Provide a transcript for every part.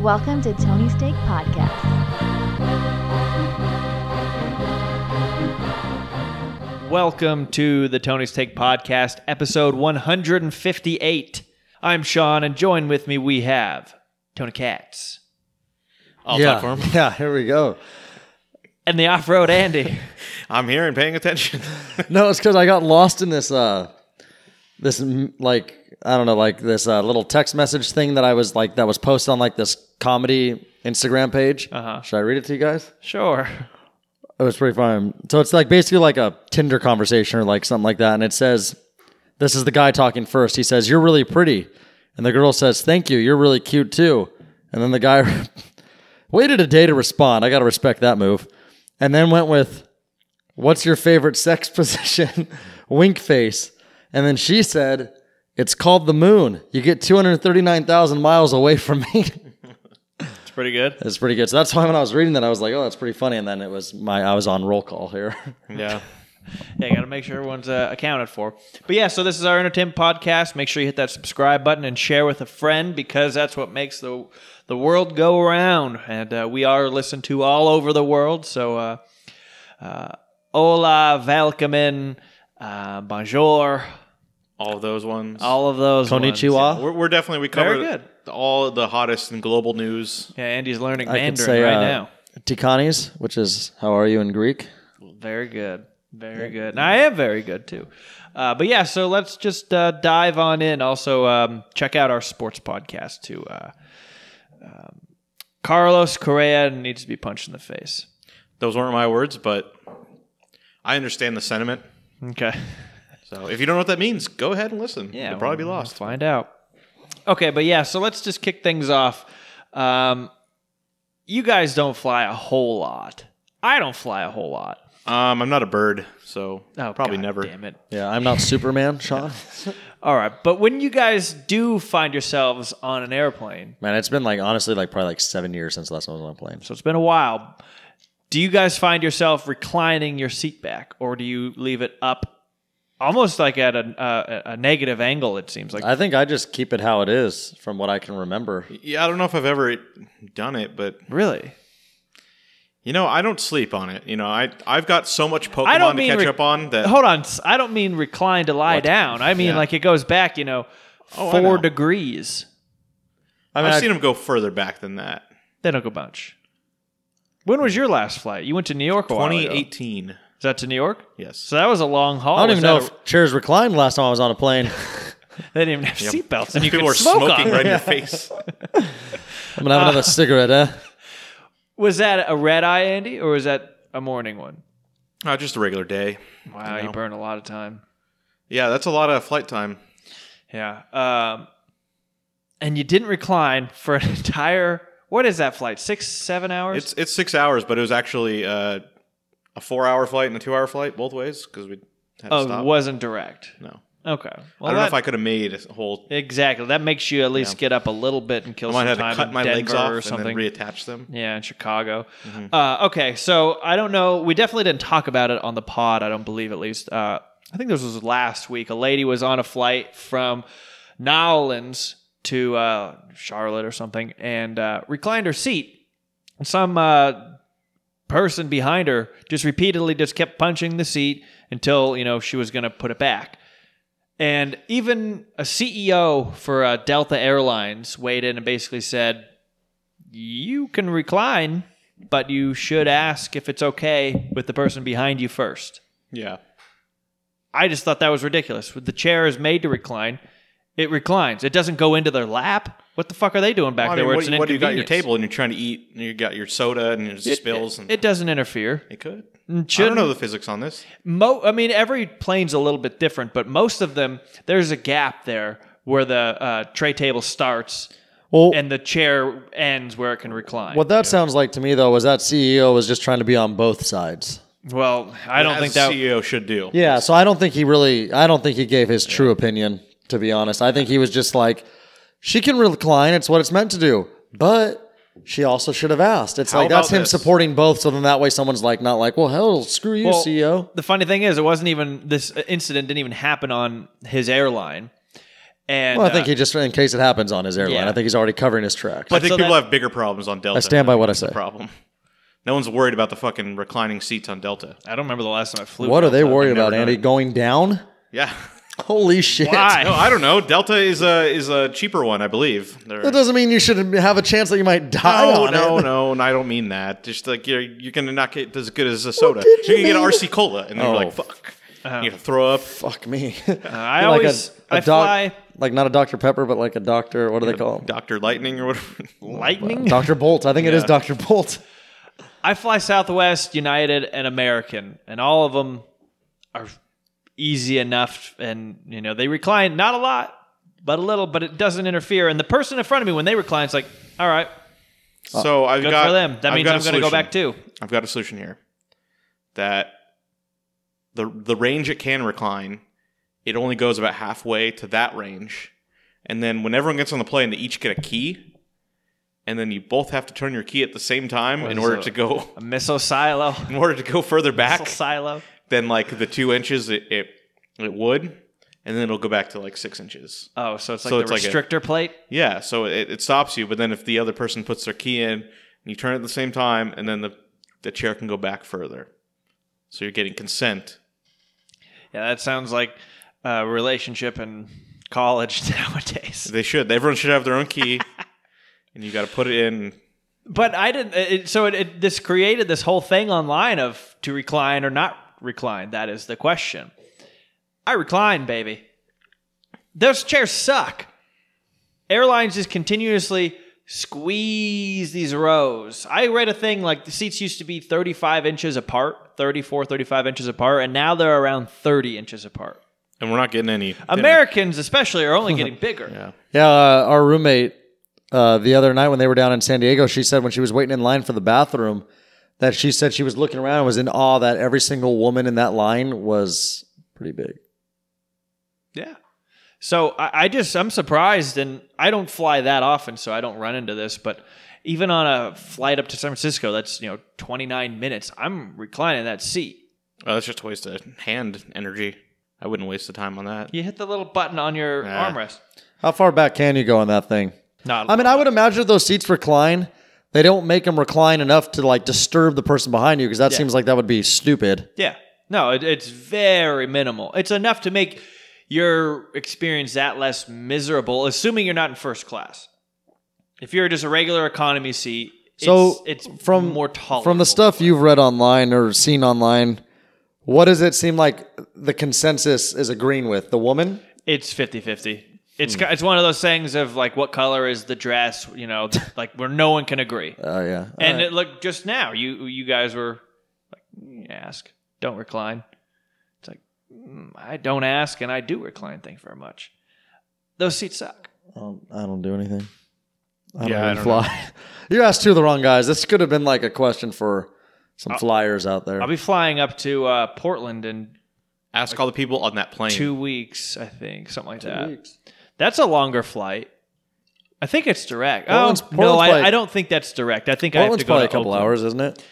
Welcome to Tony Steak Podcast. Welcome to the Tony's Take Podcast, episode 158. I'm Sean, and join with me we have Tony Katz I'll yeah. talk for him. Yeah, here we go. and the off road Andy. I'm here and paying attention. No, it's because I got lost in this, uh, this mm, like I don't know, like this uh, little text message thing that I was like that was posted on like this comedy Instagram page. Uh-huh. Should I read it to you guys? sure. It was pretty fun. So it's like basically like a Tinder conversation or like something like that, and it says, "This is the guy talking first. He says, "You're really pretty," and the girl says, "Thank you. You're really cute too." And then the guy waited a day to respond. I got to respect that move, and then went with, "What's your favorite sex position?" Wink face, and then she said, "It's called the moon. You get two hundred thirty-nine thousand miles away from me." It's pretty good. That's pretty good. So that's why when I was reading that, I was like, "Oh, that's pretty funny." And then it was my I was on roll call here. Yeah. Yeah, got to make sure everyone's uh, accounted for. But yeah, so this is our entertainment podcast. Make sure you hit that subscribe button and share with a friend because that's what makes the the world go around. And uh, we are listened to all over the world. So, uh, uh, hola, welcome, uh, bonjour, All of those ones. all of those. ones. Konnichiwa. we're, we're definitely we Very cover good. all the hottest and global news. Yeah, Andy's learning I Mandarin could say right uh, now. Tikanis, which is how are you in Greek? Very good. Very good. And I am very good too. Uh, but yeah, so let's just uh, dive on in. Also, um, check out our sports podcast too. Uh, um, Carlos Correa needs to be punched in the face. Those weren't my words, but I understand the sentiment. Okay. So if you don't know what that means, go ahead and listen. Yeah. You'll probably be we'll lost. Find out. Okay, but yeah, so let's just kick things off. Um, you guys don't fly a whole lot. I don't fly a whole lot. Um, I'm not a bird, so Oh, probably God never. Damn it. Yeah, I'm not Superman, Sean. All right, but when you guys do find yourselves on an airplane, Man, it's been like honestly like probably like seven years since last time I was on a plane. So it's been a while. Do you guys find yourself reclining your seat back, or do you leave it up, almost like at a, uh, a negative angle? It seems like I think I just keep it how it is from what I can remember. Yeah, I don't know if I've ever done it, but really. you know, I don't sleep on it. You know, I I've got so much Pokemon I don't to mean catch re- up on that. Hold on, s- I don't mean recline to lie down. I mean Yeah. like it goes back, you know, Oh, I four know. degrees. I mean, I've I- seen them go further back than that. They don't go bunch. When was your last flight? You went to New York. a while ago. 2018. Is that to New York? Yes. So that was a long haul. I don't Was even know that if chairs reclined last time I was on a plane. a- they didn't even have seatbelts, and you People could are smoke on smoking it. right in your face. I'm gonna have another cigarette, eh? Was that a red eye, Andy, or was that a morning one? Uh, just a regular day. Wow, you know. burn a lot of time. Yeah, that's a lot of flight time. Yeah. Um, and you didn't recline for an entire what is that flight? Six, seven hours? It's it's six hours, but it was actually uh, a four hour flight and a two hour flight both ways because we had to oh, stop. it wasn't direct. No, Okay. Well, I don't know that- if I could have made a whole. exactly. That makes you at least get up a little bit and I kill might some have time to cut in my Denver legs off or something. and then reattach them. yeah, in Chicago. Uh, okay, so I don't know. We definitely didn't talk about it on the pod. I don't believe, at least. Uh, I think this was last week. A lady was on a flight from New Orleans to uh, Charlotte or something, and uh, reclined her seat. And some uh, person behind her just repeatedly just kept punching the seat until you know she was going to put it back. And even a CEO for uh, Delta Airlines weighed in and basically said, you can recline, but you should ask if it's okay with the person behind you first. Yeah, I just thought that was ridiculous. The chair is made to recline. It reclines. It doesn't go into their lap. What the fuck are they doing back Well, I there? mean, Where what, it's do an you- what do you got? Your inconvenience? table, and you're trying to eat, and you got your soda, and it just It- spills. It, and it doesn't interfere. it could. It I don't shouldn't. know the physics on this. Mo- I mean, every plane's a little bit different, but most of them, there's a gap there where the uh, tray table starts Well, and the chair ends where it can recline. what that sounds like to me though was that CEO was just trying to be on both sides. well, I don't As E think that. CEO should do. Yeah, so I don't think he really. I don't think he gave his true opinion. To be honest, I think he was just like, she can recline. It's what it's meant to do, but she also should have asked. It's How like that's about him this? supporting both. So then that way, someone's like, not like, well, hell, screw you, E Well, CEO. The funny thing is, it wasn't even this incident didn't even happen on his airline. And Well, I think uh, he just, in case it happens on his airline, Yeah. I think he's already covering his tracks. I think so people that- have bigger problems on Delta. I stand by what I That's the say. Problem. No one's worried about the fucking reclining seats on Delta. I don't remember the last time I flew. What are they Delta. worried I've never about, done Andy? it. Going down? Yeah. Holy shit. Why? No, I don't know. Delta is a is a cheaper one, I believe. They're- That doesn't mean you should have a chance that you might die no, on no, it. no, and I don't mean that. Just like you're you're gonna not get as good as a soda. did You're you gonna get mean? RC cola, and then you're Oh. like, fuck. Uh-huh. You're gonna throw up. Fuck me. Uh, I You're always- a I doc- fly- like not a Dr. Pepper, but like a doctor. What do they call him? Doctor Lightning or whatever. Lightning. Dr. Bolt. I think it is Dr. Bolt. I fly Southwest, United, and American, and all of them are easy enough. And you know they recline not a lot, but a little, but it doesn't interfere. And the person in front of me when they recline, it's like, all right, So I've good got for them. That I've means got a I'm going to go solution. back too. I've got a solution here. That the the range it can recline, it only goes about halfway to that range, and then when everyone gets on the plane, they each get a key, and then you both have to turn your key at the same time in is order a- to go A missile silo, in order to go further missile back silo. than like the two inches it it, it would, and then it'll go back to like six inches. Oh, so it's like So the it's like a- restrictor plate. Yeah, so it, it stops you, but then if the other person puts their key in, and you turn it at the same time, and then the, the chair can go back further. So you're getting consent. Yeah, that sounds like a relationship in college nowadays. They should. Everyone should have their own key, and you got to put it in. But I didn't. It, so it, it this created this whole thing online of to recline or not recline. That is the question. I recline, baby. Those chairs suck. Airlines just continuously squeeze these rows. I read a thing like the seats used to be 35 inches apart, 34, 35 inches apart, and now they're around 30 inches apart. And we're not getting any. Americans, especially, are only getting bigger. Yeah. Yeah, uh, our roommate uh, the other night when they were down in San Diego, she said when she was waiting in line for the bathroom that she said she was looking around and was in awe that every single woman in that line was pretty big. Yeah. So I, I just I'm surprised, and I don't fly that often, so I don't run into this. But even on a flight up to San Francisco, that's you know 29 minutes. I'm reclining that seat. Oh, that's just a waste of hand energy. I wouldn't waste the time on that. You hit the little button on your Yeah. armrest. How far back can you go on that thing? Not. I mean, I would imagine if those seats recline, they don't make them recline enough to like disturb the person behind you because that seems like that would be stupid. yeah. No, it, it's very minimal. It's enough to make your experience that less miserable, assuming you're not in first class. If you're just a regular economy seat, So it's, it's from more tolerable. from the stuff you've read online or seen online, what does it seem like the consensus is agreeing with? The woman? It's 50 50. Hmm. It's, ki- it's one of those things of like what color is the dress, you know, th- like where no one can agree. Oh yeah. Uh, and it, look, just now you you guys were like, "Mm, ask, don't recline. It's like mm, I don't ask and I do recline. Thank you very much. Those seats suck. I don't, I don't do anything. I don't Yeah, I even don't fly. you asked two of the wrong guys. This could have been like a question for some Uh, flyers out there. I'll be flying up to uh, Portland in Ask all the people on that plane. two weeks, I think, something like that. That's a longer flight. I think it's direct. Portland's- oh no, Portland's I, probably- I don't think that's direct. I think I Portland's have probably to a go couple to Oakland. hours, isn't it?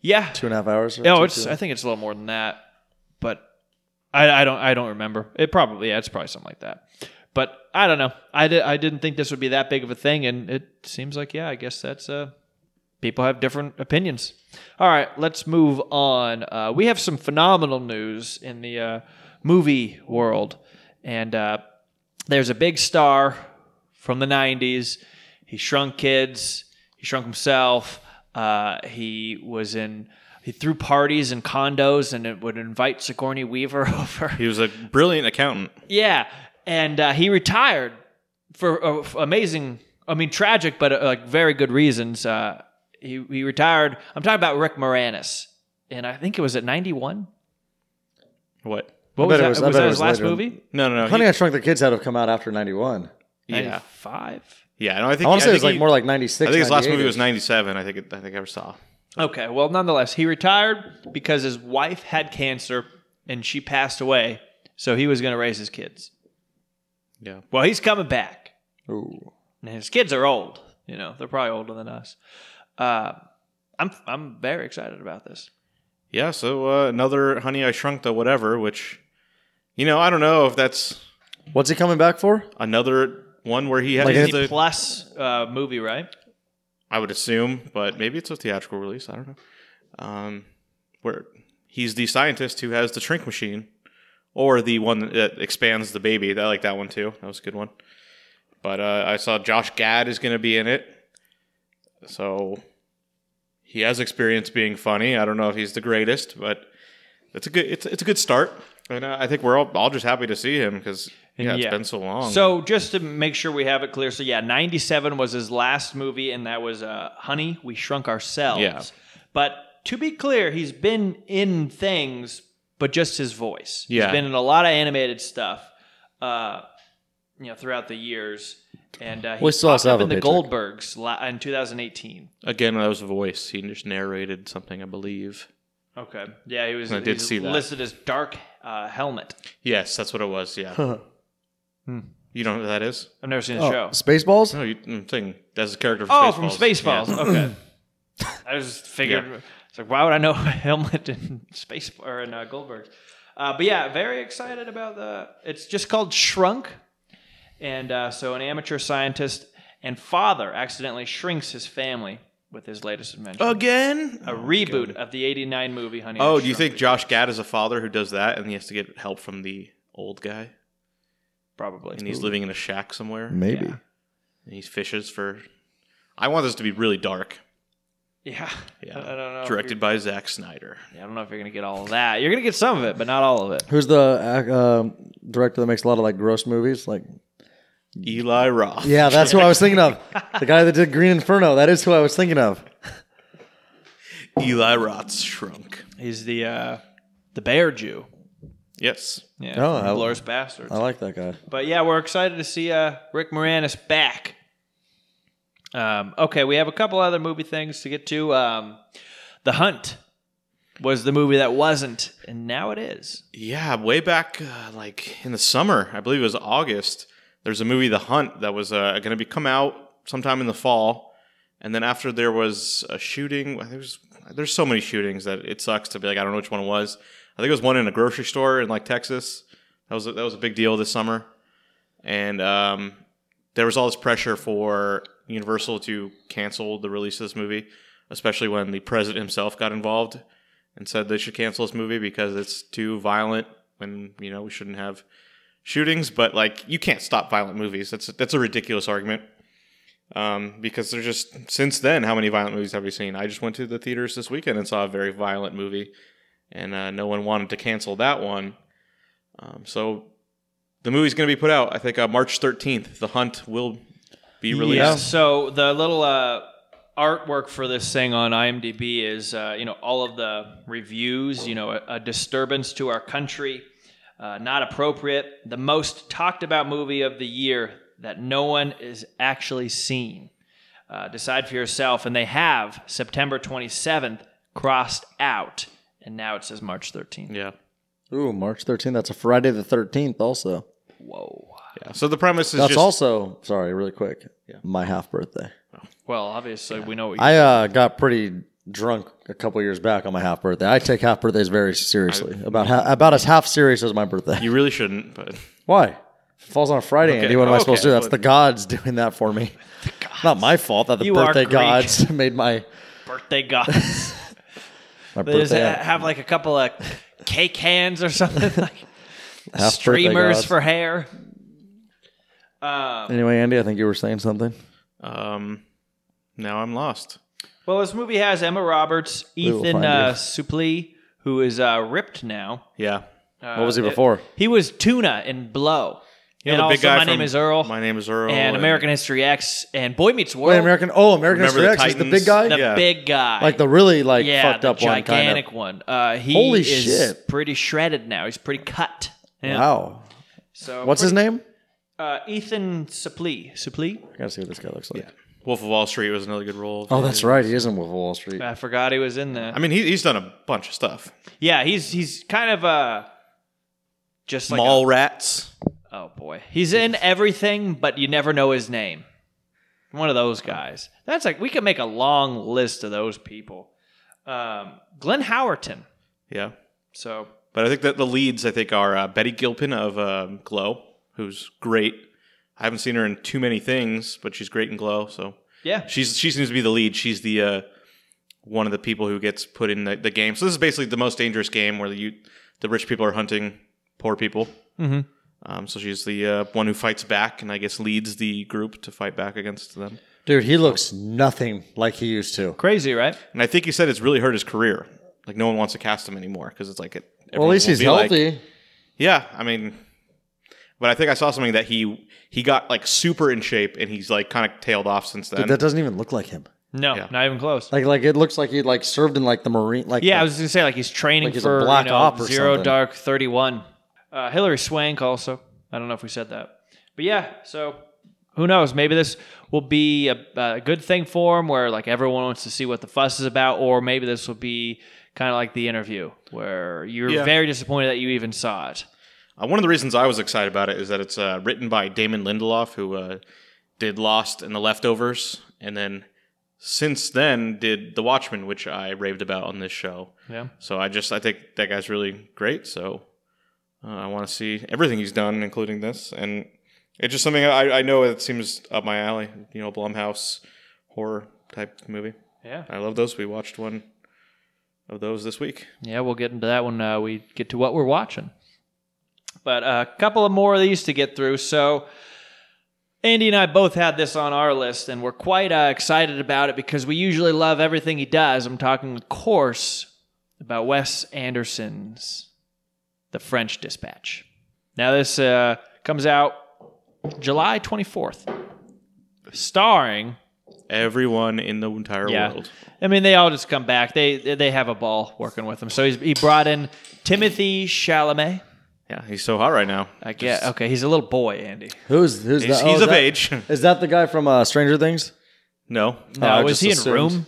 Yeah, Two and a half hours. or No, two, Oh, it's. two. I think it's a little more than that, but I, I don't. I don't remember. It probably. Yeah, it's probably something like that. But I don't know. I, di- I didn't think this would be that big of a thing, and it seems like yeah. I guess that's uh, people have different opinions. All right, let's move on. Uh, we have some phenomenal news in the uh, movie world, and uh, there's a big star from the '90s. He shrunk kids. He shrunk himself. Uh, he was in. He threw parties in condos and it would invite Sigourney Weaver over. He was a brilliant accountant. yeah, and uh, he retired for uh, f- amazing. I mean, tragic, but uh, like very good reasons. Uh, he he retired. I'm talking about Rick Moranis, and I think it was at 91. What? What I was that? bet it was- Was, I bet that it his was last later. movie? No, no, no. Honey, I Shrunk the Kids had to have come out after '91. he- yeah, 95. yeah. No, I think I want to say it think was like he- more like '96. I think his last movie was '97. I think it, I think I ever saw. Okay, well, nonetheless, he retired because his wife had cancer and she passed away, so he was going to raise his kids. Yeah. Well, he's coming back, Ooh. and his kids are old. You know, they're probably older than us. Uh, I'm I'm very excited about this. Yeah, so uh, another Honey I Shrunk the Whatever, which, you know, I don't know if that's What's he coming back for? Another one where he has Like Disney to, Plus uh, movie, right? I would assume, but maybe it's a theatrical release. I don't know. Um, where he's the scientist who has the shrink machine, or the one that expands the baby. I like that one too. That was a good one. But uh, I saw Josh Gad is going to be in it, so he has experience being funny. I don't know if he's the greatest, but it's a good it's it's a good start. And uh, I think we're all all just happy to see him because Yeah. yeah, it's been so long. So just to make sure we have it clear, so yeah, '97 was his last movie, and that was uh, "Honey, We Shrunk Ourselves." Yeah. But to be clear, he's been in things, but just his voice. Yeah. He's been in a lot of animated stuff, uh, you know, throughout the years. And uh, he We still popped also up have in a the paycheck. Goldbergs la- in 2018. again, that was a voice. He just narrated something, I believe. Okay. Yeah, he was. I did he's see that. listed as Dark uh, Helmet. Yes, that's what it was. Yeah. Hmm. You don't know who that is? I've never seen the Oh, show. Spaceballs? No, you, I'm saying that's his character. From Oh, Spaceballs. from Spaceballs. Yeah. Okay. I just figured. Yeah. It's like, why would I know Helmet and Space or in uh, Goldberg? Uh, but yeah, very excited about the. It's just called Shrunk, and uh, so an amateur scientist and father accidentally shrinks his family with his latest adventure. Again? a reboot of the '89 movie Honey. I Oh, do you Shrunk think the- Josh Gad is a father who does that, and he has to get help from the old guy, probably? and he's living in a shack somewhere, and Maybe. Yeah. he fishes for. I want this to be really dark. Yeah. Yeah. I, I don't know. if Directed by Zack Snyder. you're- I don't know if you're gonna get all of that. You're gonna get some of it, but not all of it. Who's the uh, um, director that makes a lot of like gross movies? Like, Eli Roth. yeah, that's who I was thinking of. The guy that did Green Inferno. That is who I was thinking of. Eli Roth's shrunk. He's the uh, the Bear Jew. Yes. Yeah. Oh, from I- Glorious Bastards. I like that guy. But yeah, we're excited to see uh, Rick Moranis back. Um, okay, we have a couple other movie things to get to. Um, the Hunt was the movie that wasn't, and now it is. Yeah, way back uh, like in the summer, I believe it was August. There's a movie, The Hunt, that was uh, going to be come out sometime in the fall, and then after there was a shooting. I think it was- there's so many shootings that it sucks to be like I don't know which one it was. I think it was one in a grocery store in like Texas. That was a, that was a big deal this summer, and um, there was all this pressure for Universal to cancel the release of this movie, especially when the president himself got involved and said they should cancel this movie because it's too violent when you know we shouldn't have shootings but like you can't stop violent movies that's that's a ridiculous argument um, because there's just since then how many violent movies have we seen i just went to the theaters this weekend and saw a very violent movie and uh, no one wanted to cancel that one um, so the movie's going to be put out i think uh, march 13th the hunt will be released Yeah. So the little uh, artwork for this thing on IMDb is, uh, you know, all of the reviews. You know, a, a disturbance to our country, uh, not appropriate. The most talked about movie of the year that no one is actually seen. Uh, decide for yourself. And they have September 27th crossed out, and now it says March 13th. yeah Ooh, March 13th. That's a Friday the 13th, also. Whoa. yeah so the premise is That's just also, sorry, really quick, my half birthday. Well, obviously we know what you I uh, got pretty drunk a couple years back on my half birthday. I take half birthdays very seriously, about ha- about as half serious as my birthday. you really shouldn't but Why? If it falls on a Friday, Okay. Andy. What am I supposed to do? Okay. That's the gods doing that for me. Not my fault that the You are birthday Greek. gods made my birthday gods. my They just birthday ha- have like a couple of cake hands or something, like half streamers gods. for hair. Um, Anyway, Andy, I think you were saying something. um, now i'm lost well, this movie has Emma Roberts, will Ethan find uh, you. Suplee, who is uh, ripped now. yeah Uh, What was he it- before? he was Tuna in Blow. Yeah, and the also big guy My Name from is Earl My name is Earl. and American History X and Boy Meets World. Wait, American. Oh, American Remember History the X is the Titans? big guy, the Yeah. big guy, like the really like yeah, fucked the up one, kind gigantic of. one. Uh, he Holy is shit. pretty shredded now. He's pretty cut. Yeah. Wow. So What's his name? Uh, Ethan Suplee. Suplee? I gotta see what this guy looks like. Wolf of Wall Street was another good role. Oh, that's right. He is in Wolf of Wall Street. I forgot he was in there. I mean, he, he's done a bunch of stuff. Yeah, he's he's kind of uh just like Mall Rats. a- oh boy, he's in everything, but you never know his name. One of those guys. That's like we could make a long list of those people. Um, Glenn Howerton. Yeah, So but I think that the leads I think are uh, Betty Gilpin of um Glow, who's great. I haven't seen her in too many things, but she's great in Glow. So Yeah. she's she seems to be the lead. She's the uh, one of the people who gets put in the, the game. So this is basically the most dangerous game where you the rich people are hunting poor people. Mm-hmm. Mhm. Um, so she's the uh, one who fights back, and I guess leads the group to fight back against them. Dude, he looks nothing like he used to. Crazy, right? And I think he said it's really hurt his career. Like no one wants to cast him anymore because it's like it. Well, at least he's everyone will be like- healthy. yeah, I mean, but I think I saw something that he he got like super in shape, and he's like kind of tailed off since then. Dude, that doesn't even look like him. No, Yeah. not even close. Like, like it looks like he like served in like the marine. Like, yeah, I the- was gonna say like he's training Like he's a for Black you know, Op or Zero something. Dark Thirty One. Uh, Hillary Swank also. I don't know if we said that, but yeah. So who knows? Maybe this will be a, a good thing for him, where like everyone wants to see what the fuss is about, or maybe this will be kind of like the interview, where you're Yeah. very disappointed that you even saw it. Uh, one of the reasons I was excited about it is that it's uh, written by Damon Lindelof, who uh, did Lost and The Leftovers, and then since then did The Watchmen, which I raved about on this show. Yeah. So I just I think that guy's really great. So uh, I want to see everything he's done, including this, and it's just something I, I know it seems up my alley. You know, Blumhouse horror type movie. Yeah. I love those. We watched one of those this week. Yeah, we'll get into that when uh, we get to what we're watching. But a couple of more of these to get through. So, Andy and I both had this on our list, and we're quite uh, excited about it because we usually love everything he does. I'm talking, of course, about Wes Anderson's The French Dispatch. Now, this uh, comes out July 24th, starring Everyone in the entire Yeah. world. I mean, they all just come back. They they have a ball working with them. So he's, he brought in Timothy Chalamet. Yeah, he's so hot right now. I guess. okay, he's a little boy, Andy. who's who's He's, the, oh, he's is of that- age. Is that the guy from uh, Stranger Things? No, Oh, I No, is just he in assumed. Room?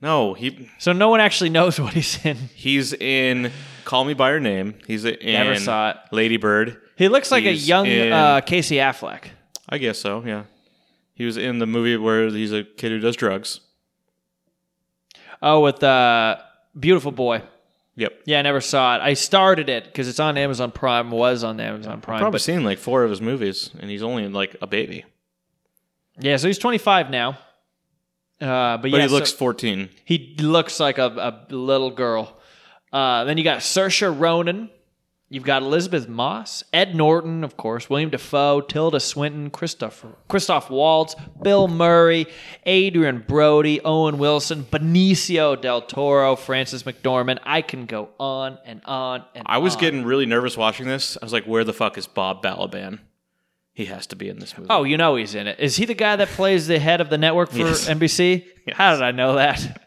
no, he So no one actually knows what he's in. he's in Call Me by Your Name. He's in Never saw it. Lady Bird. He looks like a He's young in- uh, Casey Affleck. I guess so. Yeah, he was in the movie where he's a kid who does drugs. Oh, with uh, Beautiful Boy. Yep, Yeah, I never saw it. I started it because it's on Amazon Prime. Was on Amazon Prime. probably but- seen like four of his movies, and he's only like a baby, yeah, so he's 25 now. Uh, but, but yeah, he looks so- fourteen. He looks like a, a little girl. Uh, then you got Saoirse Ronan. You've got Elizabeth Moss, Ed Norton, of course, William Defoe, Tilda Swinton, Christopher, Christoph Waltz, Bill Murray, Adrian Brody, Owen Wilson, Benicio del Toro, Francis McDormand. I can go on and on and I was on. getting really nervous watching this. I was like, "Where the fuck is Bob Balaban? He has to be in this movie." Oh, you know he's in it. Is he the guy that plays the head of the network for Yes. NBC? How did I know that?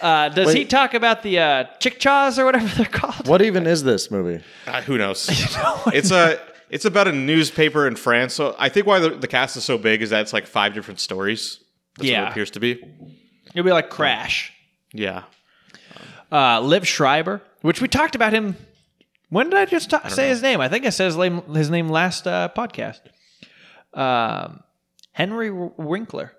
Uh, does he Wait. talk about the uh, chick chaws or whatever they're called? What even is this movie? Uh, who knows? it's a it's about a newspaper in France. So I think why the, the cast is so big is that it's like five different stories. That's what Yeah. it appears to be. It'll be like Crash. Yeah. Uh, Liv Schreiber, which we talked about him. When did I just ta- say his name? I think I said his name, his name last uh, podcast. Um, Henry W- Winkler.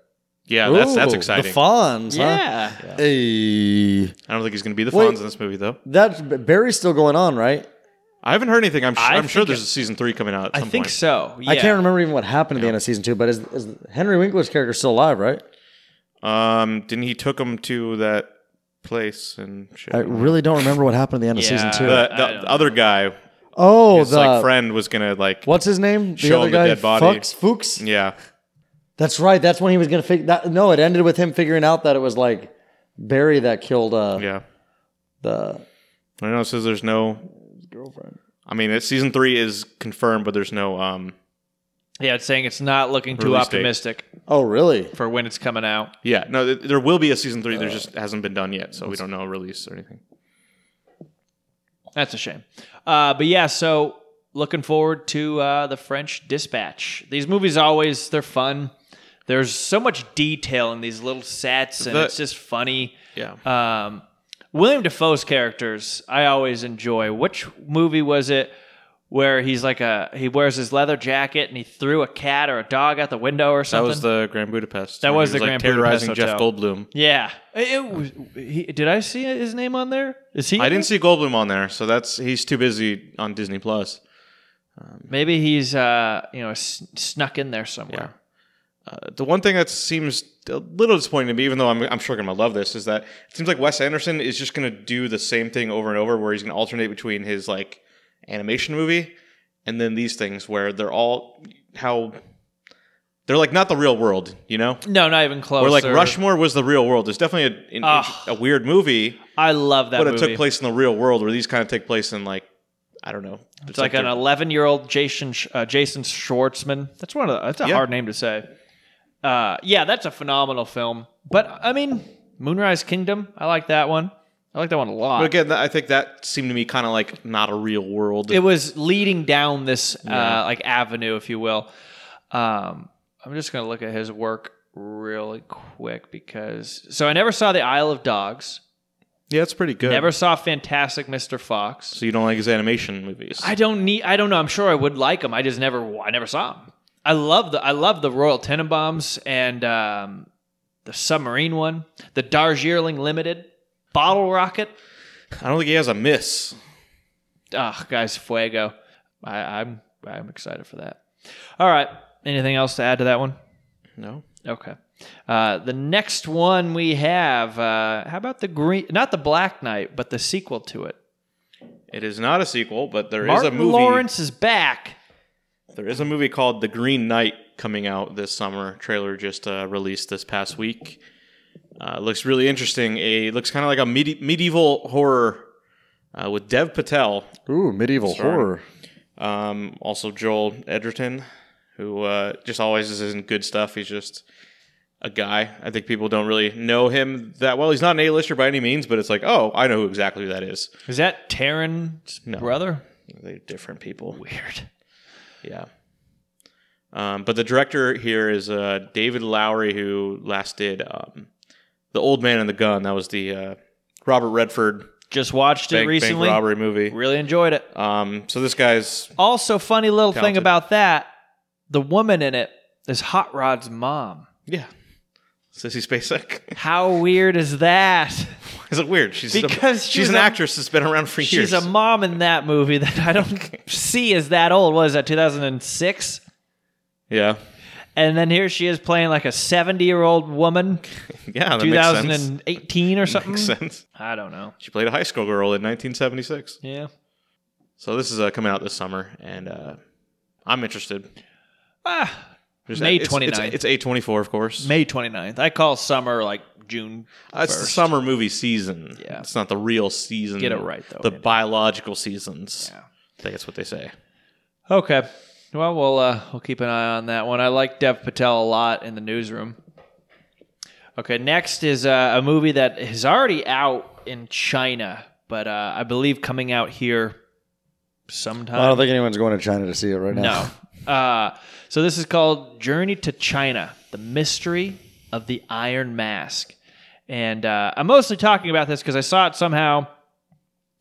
Yeah, that's that's Ooh, exciting. The Fonz, huh? Yeah. Hey. I don't think he's going to be the Wait. Fonz in this movie though. That Barry's still going on, right? I haven't heard anything. I'm sh- I I'm sure think there's it- a season three coming out. At I some think point. so. I yeah. can't remember even what happened at the end of season two, but is, is Henry Winkler's character still alive, right? Um, didn't he took him to that place and shit? I really don't remember what happened at the end of Yeah. season two. the I the, don't the other guy, oh, his the like friend, was gonna like. what's his name? The Show him the dead body. Fuchs. Fuchs? Yeah, That's right. That's when he was gonna figure that. No, it ended with him figuring out that it was like Barry that killed uh, yeah. the I don't know. It says there's no. girlfriend. I mean, it, season three is confirmed, but there's no. Um, Yeah, it's saying it's not looking too Release date. optimistic Oh, really? for when it's coming out. yeah, no. Th- there will be a season three. there just hasn't been done yet, so we don't know a release or anything. That's a shame. Uh, but yeah, so looking forward to uh, the French Dispatch. These movies always they're fun. There's so much detail in these little sets, and The- it's just funny. Yeah. Um, William Defoe's characters, I always enjoy. Which movie was it where he's like a he wears his leather jacket and he threw a cat or a dog out the window or that something? was the Grand Budapest. That when he was the Grand terrorizing Budapest Jeff Hotel. Goldblum. yeah. It- it was- he- did I see his name on there? Is he? I in didn't it? see Goldblum on there, so that's he's too busy on Disney Plus. Maybe he's uh, you know s- snuck in there Yeah. somewhere. Uh, the one thing that seems a little disappointing to me, even though I'm, I'm sure going to love this, is that it seems like Wes Anderson is just going to do the same thing over and over, where he's going to alternate between his like animation movie and then these things, where they're all how they're like not the real world, you know. No, not even close. Where like or- Rushmore was the real world. It's definitely a, an, Ugh. a weird movie, I love Ah. that but movie. it took place in the real world, where these kind of take place in like I don't know. It's like, an they're- 11 year old Jason Sh- uh, Jason Schwartzman. That's one of the, that's a Yeah. hard name to say. Uh, yeah, that's a phenomenal film. But I mean, Moonrise Kingdom. I like that one. I like that one a lot. But again, that- I think that seemed to me kind of like not a real world. it was leading down this uh, like avenue, if you will. Um, I'm just gonna look at his work really quick because so I never saw the Isle of Dogs. yeah, it's pretty good. Never saw Fantastic Mr. Fox. So you don't like his animation movies? I don't need. I don't know. I'm sure I would like them. I just never. I never saw them. I love the. I love the Royal Tenenbaums and um, the submarine one, the Darjeeling Limited, Bottle Rocket. I don't think he has a miss. Ah, guys, Fuego. I, I'm I'm excited for that. All right. Anything else to add to that one? No. Okay. Uh, the next one we have. Uh, how about the green? Not the Black Knight, but the sequel to it. It is not a sequel, but there is Martin a movie. Lawrence is back. There is a movie called The Green Knight coming out this summer. Trailer just uh, released this past week. Uh, looks really interesting. A looks kind of like a medi- medieval horror uh, with Dev Patel, Ooh, medieval Sorry. horror. um, also Joel Edgerton, who uh, just always is in good stuff. He's just a guy. I think people don't really know him that well. He's not an A-lister by any means, but it's like, oh, I know who exactly who that is. Is that Taryn's No. brother? They're different people. Weird. Yeah. Um, but the director here is uh, David Lowry, who last did um, The Old Man and the Gun. That was the uh, Robert Redford Just watched it bank, bank recently. robbery movie. really enjoyed it. Um, so this guy's Also, funny little thing Talented. about that: the woman in it is Hot Rod's mom. yeah, Sissy Spacek. How weird is that? it's like weird. She's a- Because she she's was an a- actress that's been around for years. She's a mom in that movie that I don't see is that old. What is that? Two thousand and six. yeah, And then here she is playing like a seventy-year-old woman, yeah. That two makes thousand sense. and eighteen or Makes something. sense. I don't know. She played a high school girl in 1976. Yeah, So this is uh, coming out this summer, and uh, I'm interested. ah, Just- May it's- it's- 29th. It's A24, of course. May 29th. I call summer like June. Uh, it's the first. summer movie season. Yeah. It's not the real season. Get it right, though, The Andy. biological seasons. Yeah. I think that's what they say. Okay. Well, we'll uh, we'll keep an eye on that one. I like Dev Patel a lot in the newsroom. Okay, next is uh, a movie that is already out in China, but uh, I believe coming out here I don't sometime. think anyone's going to China to see it right now. no. Uh, so this is called Journey to China: The Mystery of the Iron Mask, and uh, I'm mostly talking about this because I saw it somehow,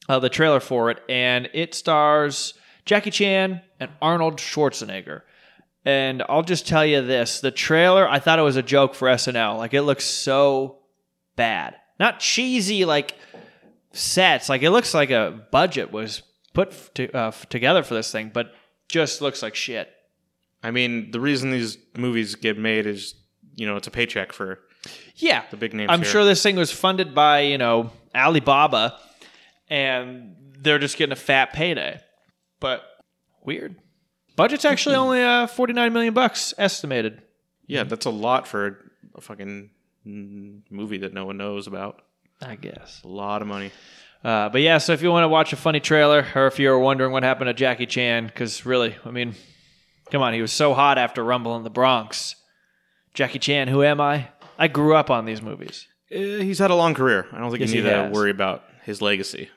uh, the trailer for it, and it stars Jackie Chan and Arnold Schwarzenegger. And I'll just tell you this: the trailer, I thought it was a joke for SNL. Like it looks so bad, not cheesy like sets. Like it looks like a budget was put f- to, uh, f- together for this thing, but just looks like shit. I mean, the reason these movies get made is, you know, it's a paycheck for Yeah, the big names. I'm here. sure this thing was funded by you know Alibaba, and they're just getting a fat payday. But weird. Budget's actually only uh, 49 million bucks estimated. Yeah, that's a lot for a fucking mm, movie that no one knows about. I guess. A lot of money. Uh, but yeah, so if you want to watch a funny trailer, or if you're wondering what happened to Jackie Chan, because really, I mean, come on, he was so hot after Rumble in the Bronx. Jackie Chan, who am I? I grew up on these movies. Eh, he's had a long career. I don't think Yes, you he need to has. worry about his legacy.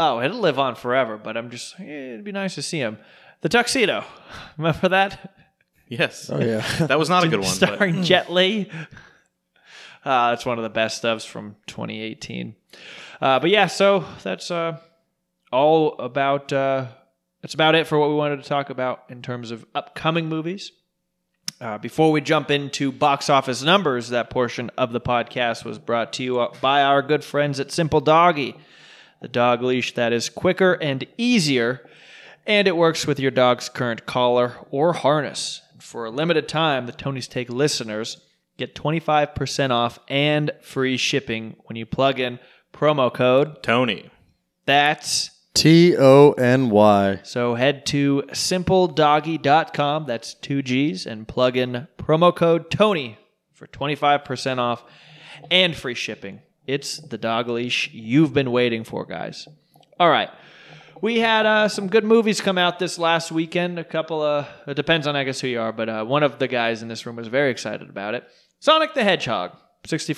Oh, it'll live on forever, but I'm just, eh, it'd be nice to see him. The Tuxedo. Remember that? Yes. Oh yeah. That was not a good one. but- Hmm. Starring Jet Li. Uh, it's one of the best stuffs from 2018. Uh, but yeah, so that's uh, all about. Uh, that's about it for what we wanted to talk about in terms of upcoming movies. Uh, before we jump into box office numbers, that portion of the podcast was brought to you by our good friends at Simple Doggy, the dog leash that is quicker and easier and it works with your dog's current collar or harness. For a limited time, the Tony's Take listeners get 25% off and free shipping when you plug in promo code Tony. that's T O N Y. so head to simpledoggy.com, that's two G's, and plug in promo code Tony for 25% off and free shipping. It's the dog leash you've been waiting for, guys. All right. We had uh, some good movies come out this last weekend. A couple of, it depends on, I guess, who you are, but uh, one of the guys in this room was very excited about it. Sonic the Hedgehog,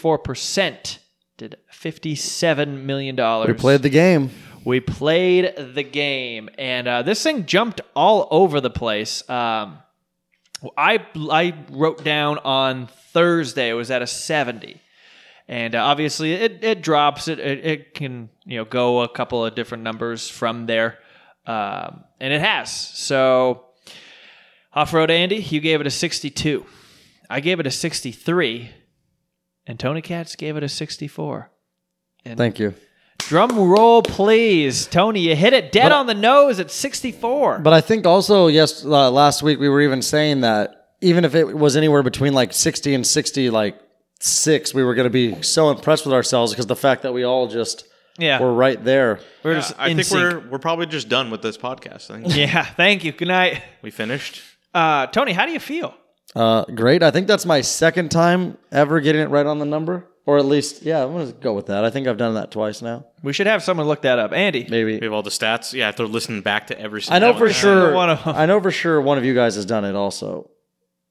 64%, did $57 million. We played the game. We played the game, and uh, this thing jumped all over the place. Um, I I wrote down on Thursday it was at a seventy, and uh, obviously it, it drops. It, it it can you know go a couple of different numbers from there, um, and it has. So off road Andy, you gave it a sixty two. I gave it a sixty three, and Tony Katz gave it a sixty four. And Thank you. Drum roll, please, Tony. You hit it dead But- on the nose at 64. But I think also yes, uh, last week we were even saying that even if it was anywhere between like sixty and sixty, like six, we were going to be so impressed with ourselves because the fact that we all just yeah, were right there. we're Yeah, just I in think sync. we're we're probably just done with this podcast. I think yeah. Thank you. Good night, we finished. uh, Tony. How do you feel? Uh, great. I think that's my second time ever getting it right on the number, or at least yeah, I'm going to go with that. I think I've done that twice now. We should have someone look that up. Andy, Maybe We have all the stats. Yeah, they're listening back to every single I know one. for sure. one of 'em. I know for sure one of you guys has done it also,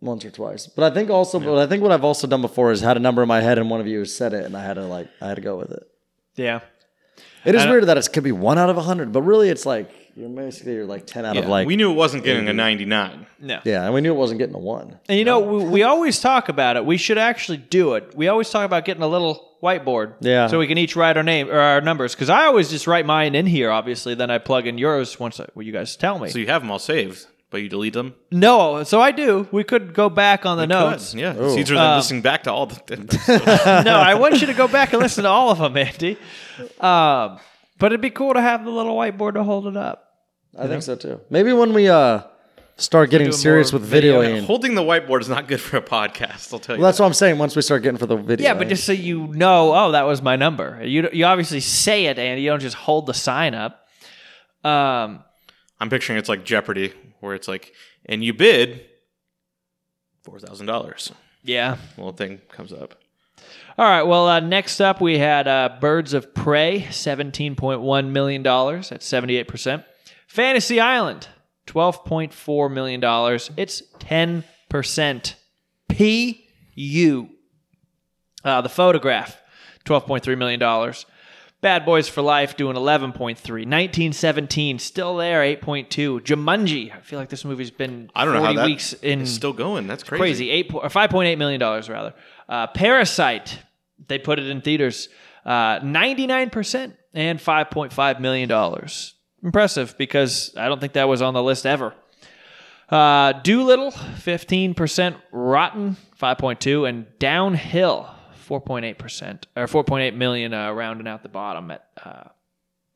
once or twice. But I think also, but I think what I've also done before is had a number in my head and one of you said it, and I had to like, I had to go with it. yeah, It is don't- weird that it could be one out of a hundred, but really it's like you're basically you're like ten out Yeah, of like we knew it wasn't getting a 99. no. yeah, and we knew it wasn't getting a one. And you know, we, we always talk about it. We should actually do it. We always talk about getting a little whiteboard, Yeah. so we can each write our name or our numbers. Because I always just write mine in here, obviously. Then I plug in yours once I, well, you guys tell me. So you have them all saved, but you delete them. no, so I do. We could go back on the notes. Good, Yeah, Oh. it's easier Uh, than listening back to all the. no, I want you to go back and listen to all of them, Andy. Um, but it'd be cool to have the little whiteboard to hold it up. I think so too. Maybe when we uh start getting do more serious with video videoing. Holding the whiteboard is not good for a podcast. I'll tell you. well, that's what I'm saying. Once we start getting for the video, Yeah, but just so you know, oh, that was my number. You you obviously say it, Andy. You don't just hold the sign up. Um, I'm picturing it's like Jeopardy, where it's like, and you bid four thousand dollars. yeah. Little thing comes up. All right. Well, uh, next up we had uh, Birds of Prey, seventeen point one million dollars at seventy eight percent. Fantasy Island, twelve point four million dollars. It's ten percent. P U. Uh, the photograph, twelve point three million dollars. Bad Boys for Life doing 11.3. 1917 still there 8.2. Jumanji. I feel like this movie's been I don't know 40 how that weeks in is still going. That's crazy. crazy. Eight po- or five point eight million dollars rather. Uh, Parasite, they put it in theaters, ninety nine percent and five point five million dollars. Impressive because I don't think that was on the list ever. Uh, Doolittle, fifteen percent rotten, five point two, and Downhill, four point eight percent or four point eight million, uh, rounding out the bottom at uh,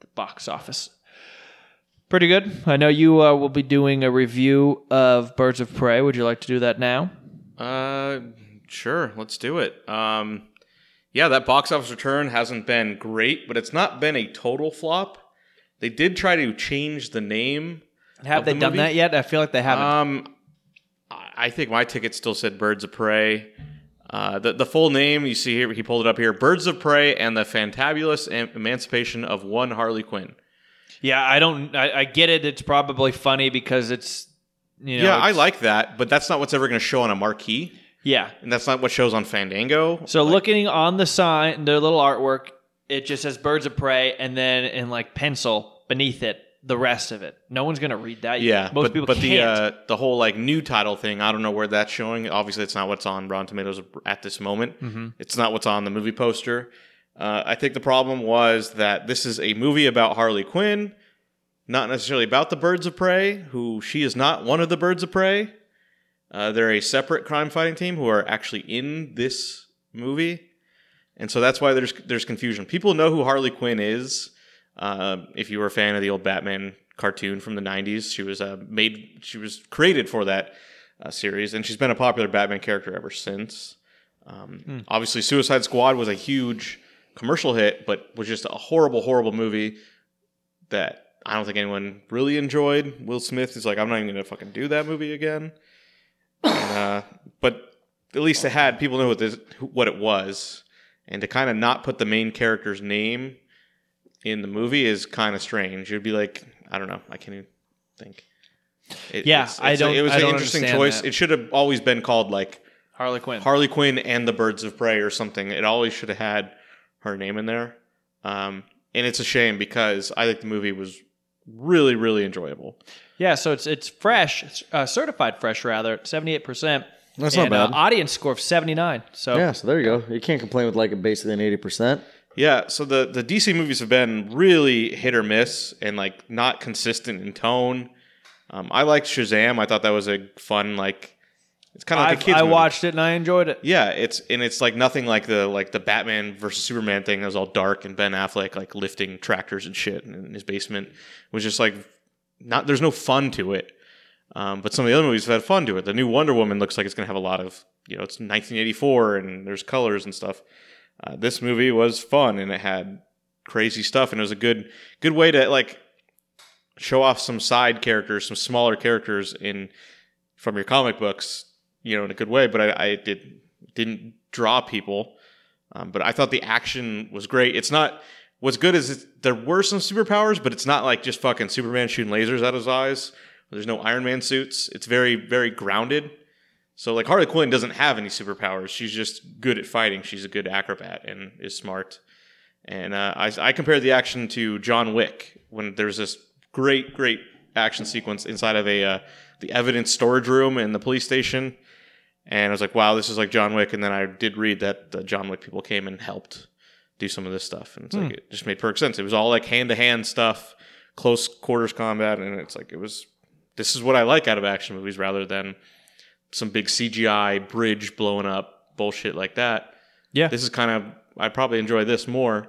the box office. Pretty good. I know you uh, will be doing a review of Birds of Prey. Would you like to do that now? Uh, sure. Let's do it. Um, yeah, that box office return hasn't been great, but it's not been a total flop. They did try to change the name. Have of they the done movie? that yet? I feel like they haven't. Um, I I think my ticket still said Birds of Prey. Uh, the, the full name you see here, he pulled it up here Birds of Prey and the Fantabulous Em- Emancipation of One Harley Quinn. yeah, I don't. I, I get it. It's probably funny because it's you know. yeah, I it's- like that, but that's not what's ever going to show on a marquee, Yeah. and that's not what shows on Fandango. So looking on the sign, their little artwork, it just says "Birds of Prey," and then in like pencil beneath it, the rest of it. No one's gonna read that. Yeah, most but, people but can't. the uh, the whole like new title thing, I don't know where that's showing. Obviously, it's not what's on Rotten Tomatoes at this moment. Mm-hmm. It's not what's on the movie poster. Uh, I think the problem was that this is a movie about Harley Quinn, not necessarily about the Birds of Prey, who she is not one of the Birds of Prey. Uh, they're a separate crime fighting team who are actually in this movie, and so that's Um, why there's there's confusion. People know who Harley Quinn is. Uh, if you were a fan of the old Batman cartoon from the 90s. She was uh, made, she was created for that uh, series, and she's been a popular Batman character ever since. Um, Hmm. Obviously, Suicide Squad was a huge commercial hit, but was just a horrible, horrible movie that I don't think anyone really enjoyed. Will Smith is like, I'm not even gonna fucking do that movie again. And, uh, but at least it had people knew what this what it was, and to kind of not put the main character's name in the movie is kind of strange. It'd be like, I don't know, I can't even think. It- Yeah, I don't- It was I an don't interesting understand choice. that. It should have always been called like Harley Quinn. Harley Quinn and the Birds of Prey or something. It always should have had her name in there. Um, and it's a shame because I think the movie was really, really enjoyable. yeah, so it's it's fresh, it's, uh, certified fresh rather, seventy eight percent. uh, That's not bad. audience score of seventy nine. So Yeah, so there you go. You can't complain with like basically an eighty percent. Yeah, so the, the DC movies have been really hit or miss and like not consistent in tone. Um, I liked Shazam. I thought that was a fun like it's kind of like a I've- kids I movie. watched it and I enjoyed it. Yeah, it's and it's like nothing like the like the Batman versus Superman thing that was all dark and Ben Affleck like lifting tractors and shit in his basement It was just like not there's no fun to it. Um, but some of the other movies have had fun to it. The new Wonder Woman looks like it's gonna have a lot of you know it's 1984 and there's colors and stuff. Uh, this movie was fun and it had crazy stuff and it was a good good way to like show off some side characters, some smaller characters in from your comic books, you know, in a good way. But I, I did didn't draw people. Um, but I thought the action was great. It's not what's good is it's, there were some superpowers, but it's not like just fucking Superman shooting lasers out of his eyes. There's no Iron Man suits. It's very very grounded. So like Harley Quinn doesn't have any superpowers. She's just good at fighting. She's a good acrobat and is smart. And uh, I, I compared the action to John Wick when there's this great, great action sequence inside of a uh, the evidence storage room in the police station. And I was like, wow, this is like John Wick. And then I did read that the John Wick people came and helped do some of this stuff. And it's like, it just made perfect sense. It was all like hand to hand stuff, close quarters combat. And it's like, it was, this is what I like out of action movies rather than some big CGI bridge blowing up bullshit like that. Yeah. This is kind of, I probably enjoy this more.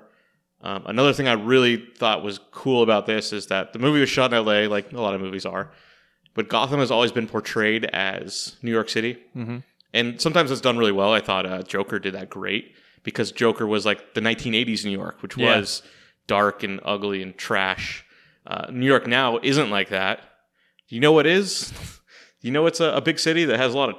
Um, another thing I really thought was cool about this is that the movie was shot in LA, like a lot of movies are, but Gotham has always been portrayed as New York City. Mhm. And sometimes it's done really well. I thought uh, Joker did that great because Joker was like the 1980s New York, which Yeah. was dark and ugly and trash. Uh, New York now isn't like that. You know what is? you know it's a, a big city that has a lot of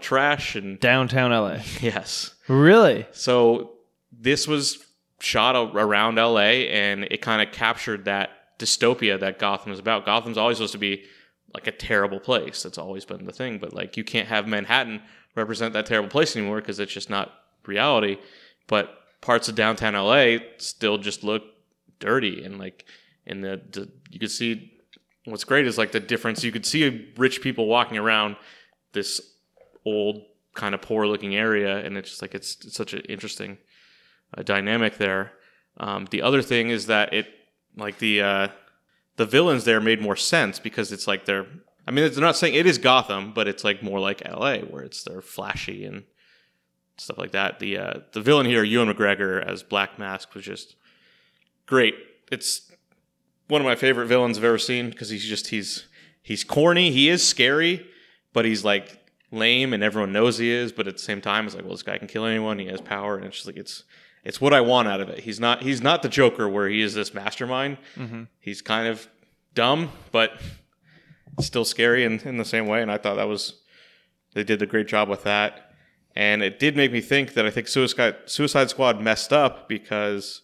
trash and Downtown LA. yes. Really? So this was shot a- around LA and it kind of captured that dystopia that Gotham is about. Gotham's always supposed to be like a terrible place. That's always been the thing, but like you can't have Manhattan represent that terrible place anymore because it's just not reality. But parts of downtown LA still just look dirty and like in the, the you could see what's great is like the difference you could see rich people walking around this old kind of poor looking area and it's just like it's, it's such an interesting uh, dynamic there um, the other thing is that it like the uh, the villains there made more sense because it's like they're i mean they're not saying it is gotham but it's like more like la where it's they're flashy and stuff like that the uh, the villain here ewan mcgregor as black mask was just great it's one of my favorite villains i've ever seen because he's just he's he's corny he is scary but he's like lame and everyone knows he is but at the same time it's like well this guy can kill anyone he has power and it's just like it's it's what i want out of it he's not he's not the joker where he is this mastermind he's kind of dumb but still scary in, in the same way and i thought that was they did a great job with that and it did make me think that i think suicide, suicide squad messed up because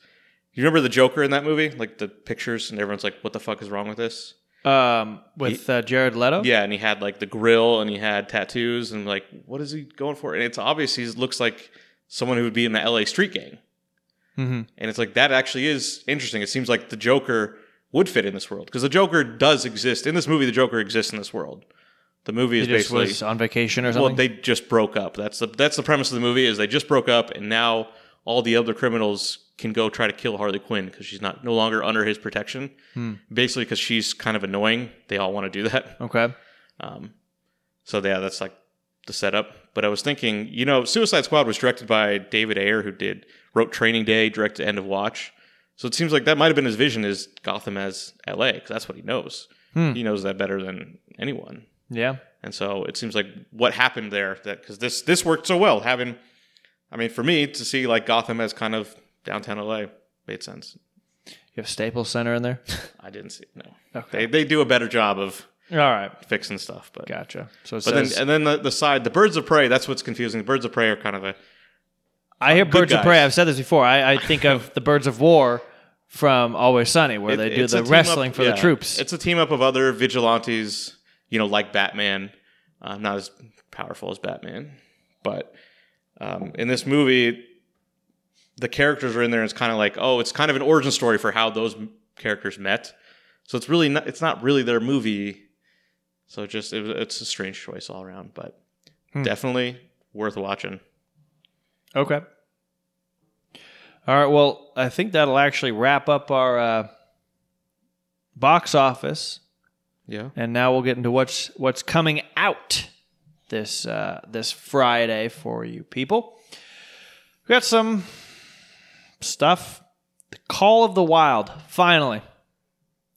you remember the joker in that movie like the pictures and everyone's like what the fuck is wrong with this Um, with uh, Jared Leto. yeah, and he had like the grill and he had tattoos and like what is he going for? And it's obvious he looks like someone who would be in the LA street gang. Mhm. And it's like that actually is interesting. It seems like the Joker would fit in this world because the Joker does exist in this movie. The Joker exists in this world. The movie He is just basically was on vacation or something. well, they just broke up. That's the that's the premise of the movie is they just broke up and now all the other criminals can go try to kill Harley Quinn because she's not no longer under his protection. Hmm. Basically, because she's kind of annoying. They all want to do that. okay. Um, so yeah, that's like the setup. But I was thinking, you know, Suicide Squad was directed by David Ayer, who did wrote Training Day, directed End of Watch. So it seems like that might have been his vision is Gotham as L.A. because that's what he knows. Hmm. He knows that better than anyone. Yeah. And so it seems like what happened there that because this this worked so well having, I mean, for me to see like Gotham as kind of downtown LA made sense. You have Staples Center in there. I didn't see no. Okay. They they do a better job of All right. fixing stuff, but Gotcha. So it but says, then and then the, the side the birds of prey that's what's confusing. The birds of prey are kind of a I hear good Birds of Prey. guys. I've said this before. I, I think of the Birds of War from Always Sunny, where it- they do it's a the team wrestling up- for yeah. the troops. It's a team up of other vigilantes, you know, like Batman, uh, not as powerful as Batman, but um, in this movie, the characters are in there. And it's kind of like, oh, it's kind of an origin story for how those m- characters met. So it's really not. It's not really their movie. So it just it, was- it's a strange choice all around, but Hmm. definitely worth watching. okay. All right. Well, I think that'll actually wrap up our uh, box office. Yeah. and now we'll get into what's what's coming out this uh, this Friday for you people. We got some stuff. The Call of the Wild. Finally,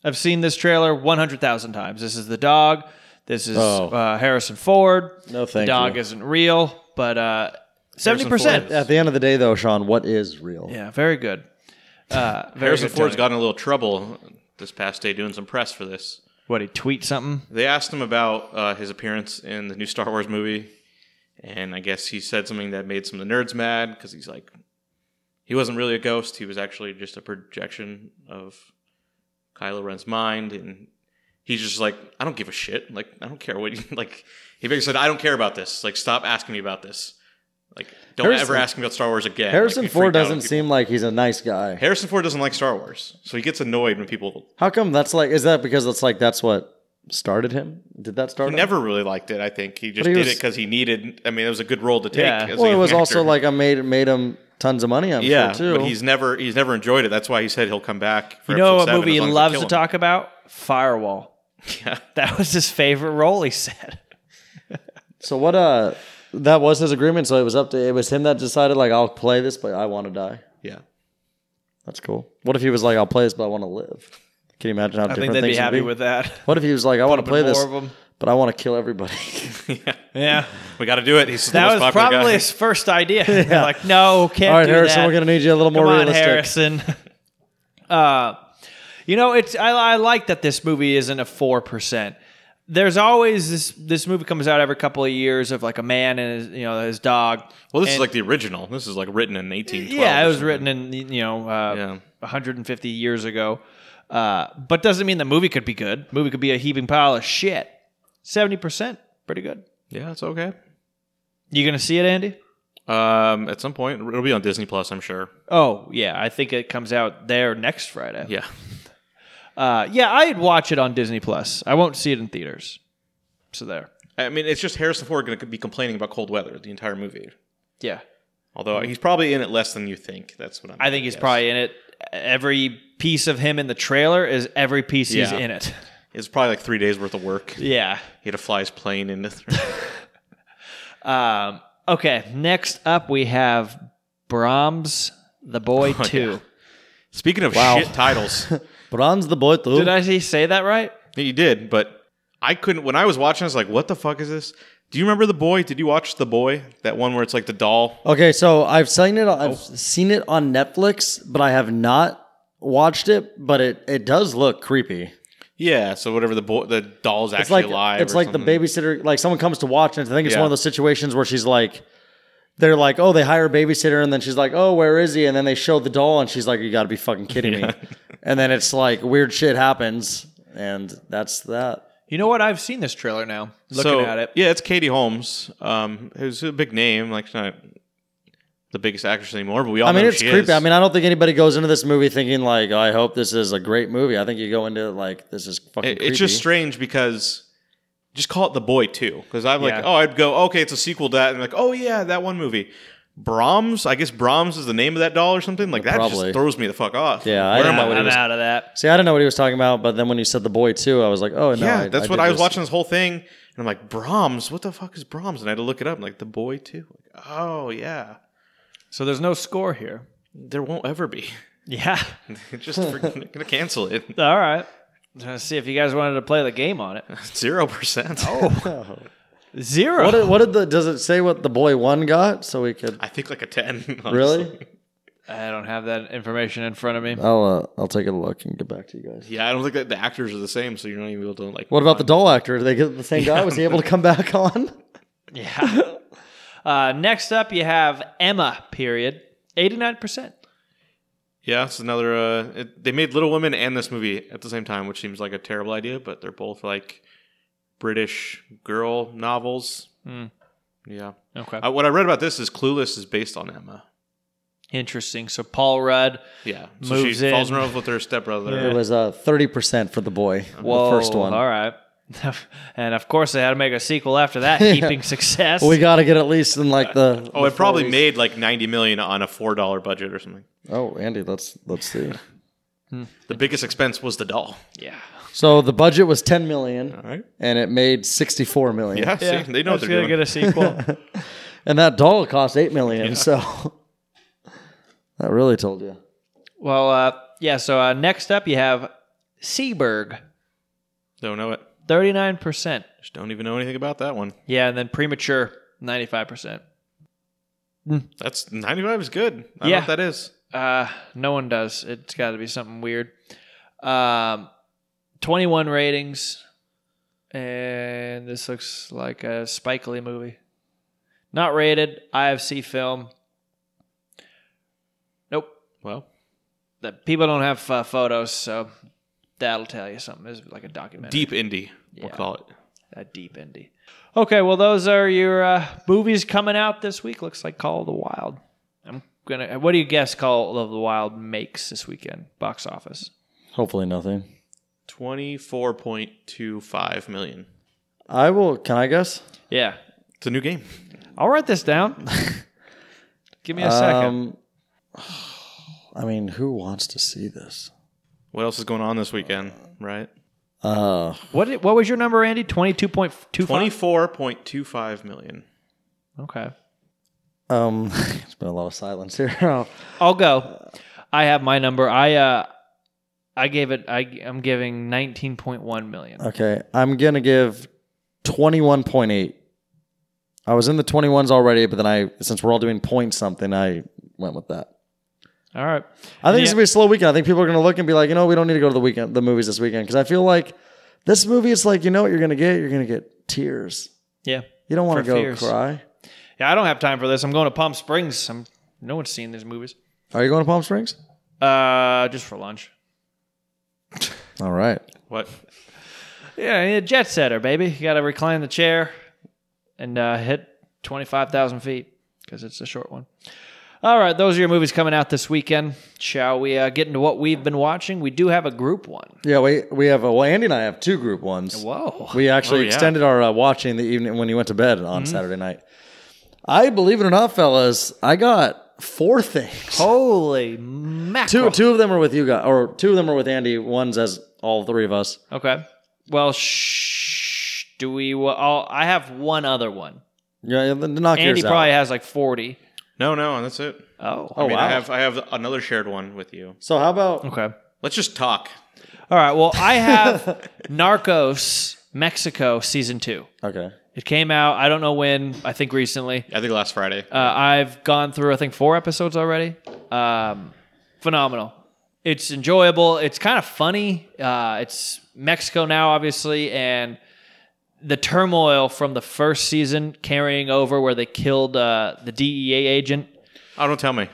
I've seen this trailer one hundred thousand times. This is the dog. This is Oh. uh, Harrison Ford. the No, thank dog you. isn't real, but uh, seventy Harrison percent. Ford. At the end of the day, though, Sean, what is real? Yeah, very good. Uh, very Harrison good, Tony. Ford's got in a little trouble this past day doing some press for this. what he tweet something. They asked him about uh, his appearance in the new Star Wars movie, and I guess he said something that made some of the nerds mad because he's like, he wasn't really a ghost; he was actually just a projection of Kylo Ren's mind, and he's just like, I don't give a shit. Like, I don't care what. You, like, he basically said, I don't care about this. Like, stop asking me about this. Like, don't Harrison- ever ask me about Star Wars again. Harrison Like, it Ford freaked out doesn't people. seem like he's a nice guy. Harrison Ford doesn't like Star Wars, so he gets annoyed when people How come that's like? Is that because that's like that's what started him? Did that start? He him? never really liked it. I think he just But he did was- it because he needed. I mean, it was a good role to take. Yeah. as a Well, it young was also actor. like I made made him tons of money. I'm yeah, sure too. but he's never he's never enjoyed it. That's why he said he'll come back. For You know episode what seven, movie as he long as they loves kill to him. talk about? Firewall. Yeah, That was his favorite role, he said. so what? Uh, that was his agreement. So it was up to it was him that decided. Like I'll play this, but I want to die. yeah. That's cool. What if he was like, I'll play this, but I want to live? Can you imagine how I think different they'd things be would happy be? with that. What if he was like, I want to play more this, of 'em. but I want to kill everybody? yeah, Yeah. We got to do it. He's the That most was popular probably guy. his first idea. They're like, no, can't All right, do Harrison, that. we're gonna need you a little more Come on, realistic. Harrison. uh, you know, it's I, I like that this movie isn't a four percent. There's always this. This movie comes out every couple of years of like a man and his, you know his dog. well, this is and- like the original. This is like written in 1812. yeah, it or was something. written in you know uh, Yeah. 150 years ago, uh, but doesn't mean the movie could be good. Movie could be a heaping pile of shit. Seventy percent, pretty good. Yeah, it's okay. You gonna see it, Andy? Um, at some point it'll be on Disney Plus. I'm sure. Oh yeah, I think it comes out there next Friday. Yeah, uh, yeah, I'd watch it on Disney Plus. I won't see it in theaters. So there. I mean, it's just Harrison Ford going to be complaining about cold weather the entire movie. Yeah, Although he's probably in it less than you think. That's what I'm. I think he's guess. probably in it. Every piece of him in the trailer is every piece he's Yeah. in it. It's probably like three days worth of work. Yeah. He had to fly his plane into. Um, okay. Next up, we have Brahms, The Boy Two. Speaking of shit titles, Bronze the boy through. Did I actually say that right? you did, but I couldn't. When I was watching, I was like, "What the fuck is this?" Do you remember the boy? Did you watch the boy? That one where it's like the doll. Okay, so I've seen it. I've Oh. seen it on Netflix, but I have not watched it. But it it does look creepy. Yeah. So whatever the boy, the doll's actually It's like alive. it's or like something. the babysitter. Like someone comes to watch, and I think it's Yeah. one of those situations where she's like, they're like, oh, they hire a babysitter, and then she's like, oh, where is he? And then they show the doll, and she's like, you got to be fucking kidding me. And then it's like weird shit happens, and that's that. You know what? I've seen this trailer now. Looking So, at it. Yeah, it's Katie Holmes. Um, who's a big name. Like she's not the biggest actress anymore, but we all. I mean, know who it's she creepy. is. I mean, I don't think anybody goes into this movie thinking like, "Oh, I hope this is a great movie. I think you go into it like, this is fucking. It- it's just creepy. strange because just call it the boy too because i'm like Yeah. oh i'd go okay it's a sequel to that and like oh yeah that one movie brahms i guess brahms is the name of that doll or something like that Probably. just throws me the fuck off Yeah, I Where don't am know what I'm he was. out of that. See, I don't know what he was talking about, but then when you said the boy too, I was like, oh no, yeah I- that's what did i was just- watching this whole thing and i'm like brahms what the fuck is brahms and i had to look it up I'm like the boy too like, oh yeah So there's no score here. there won't ever be Yeah. just freaking gonna cancel it All right. Trying to see if you guys wanted to play the game on it. Zero percent. Oh, Zero. What did, what did the does it say what the boy one got so we could I think like a ten. honestly. really? I don't have that information in front of me. I'll uh, I'll take a look and get back to you guys. Yeah, I don't think that the actors are the same, so you're not even able to like. What about the doll actor? Did they get the same guy? Was he able to come back on? Yeah. Uh, next up, you have Emma. Period. Eighty-nine percent. Yeah, it's another. Uh, it, they made Little Women and this movie at the same time, which seems like a terrible idea, but they're both like British girl novels. Hmm. Yeah, Okay. Uh, what I read about this is Clueless is based on Emma. Interesting. So Paul Rudd. Yeah, so Moves she in. falls in love with her stepbrother. It was uh thirty percent for the boy, Whoa, the first one. All right. and of course, they had to make a sequel after that, heaping success. We got to get at least in like the Oh, it probably 40s. made like ninety million on a four dollar budget or something. Oh, Andy, let's let's see. The biggest expense was the doll. yeah. So the budget was ten million, All right. and it made sixty-four million. Yeah, see, they know what that's they're gonna doing. get a sequel. and that doll cost eight million. So that really told you. well, uh, yeah. So uh, next up, you have Seberg, Don't know it. thirty-nine percent. Just don't even know anything about that one. Yeah, and then premature, ninety-five percent. That's ninety five is good. I Yeah. don't know what that is. Uh, no one does. It's got to be something weird. Um, 21 ratings. And this looks like a Spike Lee movie. Not rated. IFC film. Nope. Well, The people don't have uh, photos, so that'll tell you something. This is like a documentary. deep indie. We'll Yeah. call it. A deep indie. Okay, well, those are your uh, movies coming out this week. Looks like Call of the Wild. I'm gonna. What do you guess Call of the Wild makes this weekend? Box office. Hopefully nothing. Twenty four point two five million. I will. Can I guess? Yeah, It's a new game. I'll write this down. Give me a second. Um, I mean, who wants to see this? What else is going on this weekend? Right. Uh, What did- What was your number, Andy? Twenty two point two Twenty five. four point two five million. Okay, um, it's been a lot of silence here. I'll go. I have my number. I uh, I gave it. I I'm giving nineteen point one million. okay, I'm gonna give twenty-one point eight. I was in the twenty-ones already, but then I, since we're all doing point something, I went with that. All right. I think Yeah. it's gonna be a slow weekend. I think people are gonna look and be like, you know, we don't need to go to the weekend, the movies this weekend, because I feel like this movie, it's like you know what you're gonna get. You're gonna get tears. Yeah. You don't want For to go fears. cry. Yeah. I don't have time for this. I'm going to Palm Springs. I'm. No one's seen these movies. Are you going to Palm Springs? Uh, just for lunch. All right. What? Yeah, you need a jet setter, baby. You got to recline the chair and uh, hit 25,000 feet because it's a short one. All right, those are your movies coming out this weekend. Shall we uh, get into what we've been watching? We do have a group one. Yeah, we we have a, well, Andy and I have two group ones. Whoa. We actually Oh, yeah. Mm-hmm. extended our uh, watching the evening when you went to bed on Saturday night. I believe it or not, fellas, I got four Oh, things. Holy mackerel. Two two of them are with you guys, or two of them are with Andy. One's as all three of us. Okay. Well, shh. Do we? Well, I'll, I have one other one. Yeah, then knock Andy yours out. probably has like 40. No, no, that's it. Oh. Oh, I mean, wow. I have I have another shared one with you. So how about Okay. Let's just talk. All right. Well, I have Narcos Mexico season two. okay? It came out. I don't know when. I think recently. I think last Friday. Uh, I've gone through. I think four episodes already. Um, phenomenal. It's enjoyable. It's kind of funny. Uh, it's Mexico now, obviously, and the turmoil from the first season carrying over, where they killed uh, the DEA agent. oh, don't tell me. It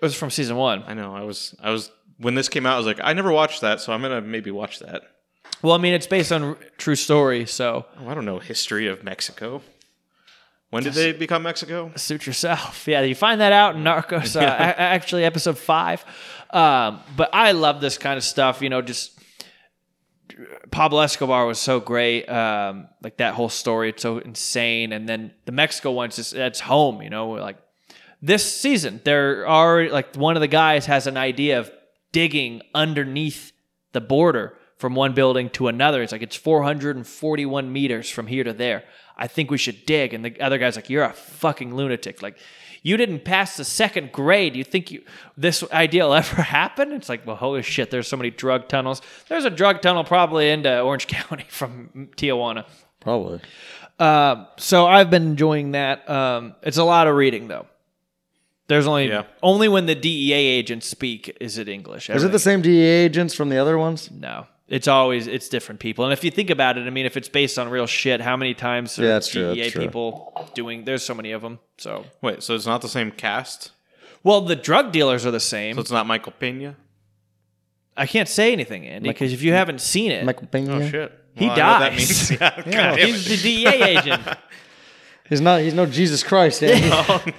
was from season one. I know. I was I was when this came out. I was like, I never watched that, so I'm gonna maybe watch that. Well, I mean, it's based on r- true story, so Oh, I don't know history of Mexico. When did they become Mexico? suit yourself. Yeah, you find that out in Narcos, uh, a- actually, episode five. Um, but I love this kind of stuff. You know, just Pablo Escobar was so great. Um, like that whole story, it's so insane. And then the Mexico one's just that's home. You know, like this season, there are like one of the guys has an idea of digging underneath the border. from one building to another. It's like it's 441 meters from here to there. I think we should dig. And the other guy's like, "You're a fucking lunatic! Like, you didn't pass the second grade. You think you this idea will ever happen?" It's like, well, holy shit! There's so many drug tunnels. There's a drug tunnel probably into Orange County from Tijuana. Probably. Um, so I've been enjoying that. Um, it's a lot of reading though. There's only Yeah. only when the DEA agents speak is it English. Is it the same DEA agents from the other ones? No. It's always it's different people. And if you think about it, I mean if it's based on real shit, how many times are Yeah, that's true, DEA that's true. people doing there's so many of them. So Wait, so it's not the same cast? Well, the drug dealers are the same. So it's not Michael Pena? I can't say anything, Andy, because if you haven't seen it, Michael Pena. Oh shit. He I know what dies. That means. Yeah, God damn he's it. the DEA agent. He's not. He's no Jesus Christ. Andy.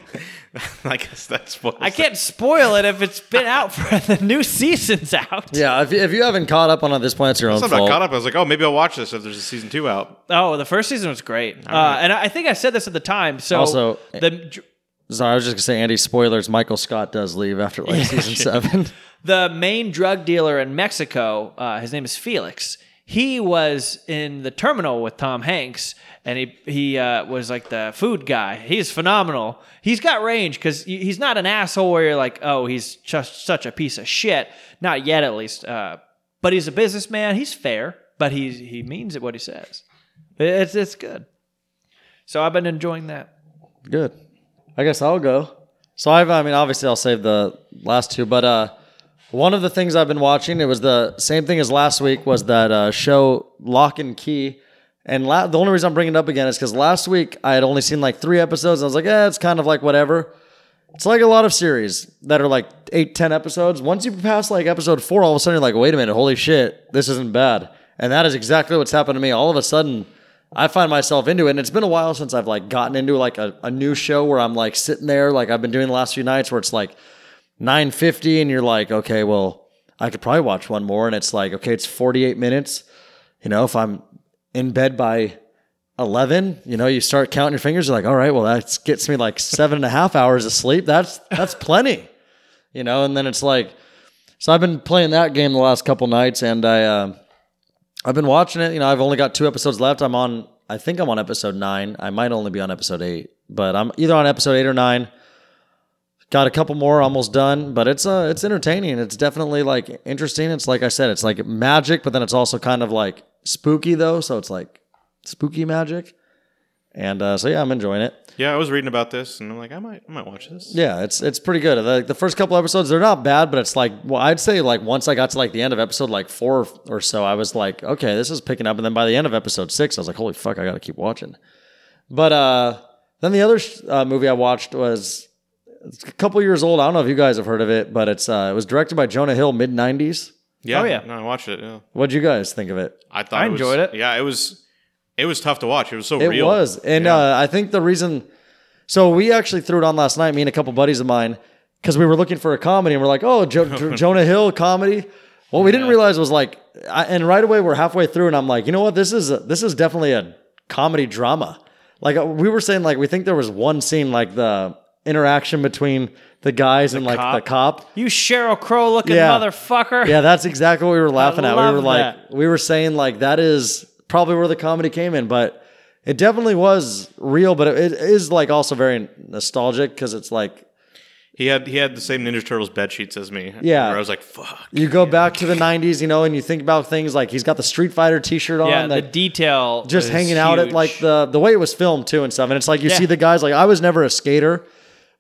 I guess that's what I can't spoil it if it's been out for the new season's out. yeah. If you, if you haven't caught up on it at this point, it's your own I'm fault. not caught up. I was like, oh, maybe I'll watch this if there's a season two out. Oh, the first season was great, uh, and I I think I said this at the time. So Also- the Sorry, I was just gonna say Andy. Spoilers: Michael Scott does leave after like season seven. the main drug dealer in Mexico, uh, his name is Felix. He was in the terminal with Tom Hanks, and he he uh, was like the food guy. He's phenomenal. He's got range because he's not an asshole where you're like, oh, he's just such a piece of shit. Not yet, at least. Uh, but he's a businessman. He's fair, but he he means it what he says. It's it's good. So I've been enjoying that. Good. I guess I'll go. So I've, I mean, obviously I'll save the last two, but uh, one of the things I've been watching, it was the same thing as last week, was that uh, show Lock and Key. And la- the only reason I'm bringing it up again is because last week I had only seen like three episodes. And I was like, eh, it's kind of like whatever. It's like a lot of series that are like eight, ten episodes. Once you pass like episode four, all of a sudden you're like, wait a minute, holy shit, this isn't bad. And that is exactly what's happened to me. All of a sudden, I find myself into it. And it's been a while since I've like gotten into like a, a new show where I'm like sitting there, like I've been doing the last few nights where it's like 950 and you're like, okay, well, I could probably watch one more. And it's like, okay, it's 48 minutes. You know, if I'm in bed by 11 you know you start counting your fingers you're like all right well that gets me like seven and a half hours of sleep that's that's plenty you know and then it's like so i've been playing that game the last couple nights and i uh, i've been watching it you know i've only got two episodes left i'm on i think i'm on episode nine i might only be on episode eight but i'm either on episode eight or nine got a couple more almost done but it's uh it's entertaining it's definitely like interesting it's like i said it's like magic but then it's also kind of like spooky though so it's like spooky magic and uh, so yeah i'm enjoying it Yeah, I was reading about this and I'm like, I might I might watch this. yeah it's it's pretty good like the first couple episodes they're not bad but it's like well i'd say like once i got to like the end of episode like four or so i was like okay this is picking up and then by the end of episode six i was like holy fuck i gotta keep watching but uh then the other sh- uh, movie i watched was it's a couple years old i don't know if you guys have heard of it but it's uh it was directed by jonah hill mid-90s Yeah. Oh, yeah. No, I watched it. Yeah. what'd you guys think of it I thought I it was- enjoyed it. Yeah, it was it was tough to watch. It was so It real. was. And Yeah. uh, I think the reason, so we actually threw it on last night, me and a couple buddies of mine, because we were looking for a comedy and we're like, oh, jo- Jo- Jonah Hill comedy. What we didn't realize was like, I, and right away we're halfway through and I'm like, you know what? This is, a, this is definitely a comedy drama. Like uh, we were saying, like, we think there was one scene, like the interaction between the guys and like the cop. You Cheryl Crow looking Yeah. motherfucker. Yeah, that's exactly what we were laughing at. We love were like, we were saying like that is probably where the comedy came in, but it definitely was real. But it, it is like also very nostalgic because it's like He had he had the same Ninja Turtles bed sheets as me. Yeah. Where I was like, fuck. you go back to the '90s, you know, and you think about things like he's got the Street Fighter T-shirt on, Yeah, the that detail just is hanging out at huge. like the the way it was filmed too and stuff. And it's like you Yeah. see the guys like I was never a skater.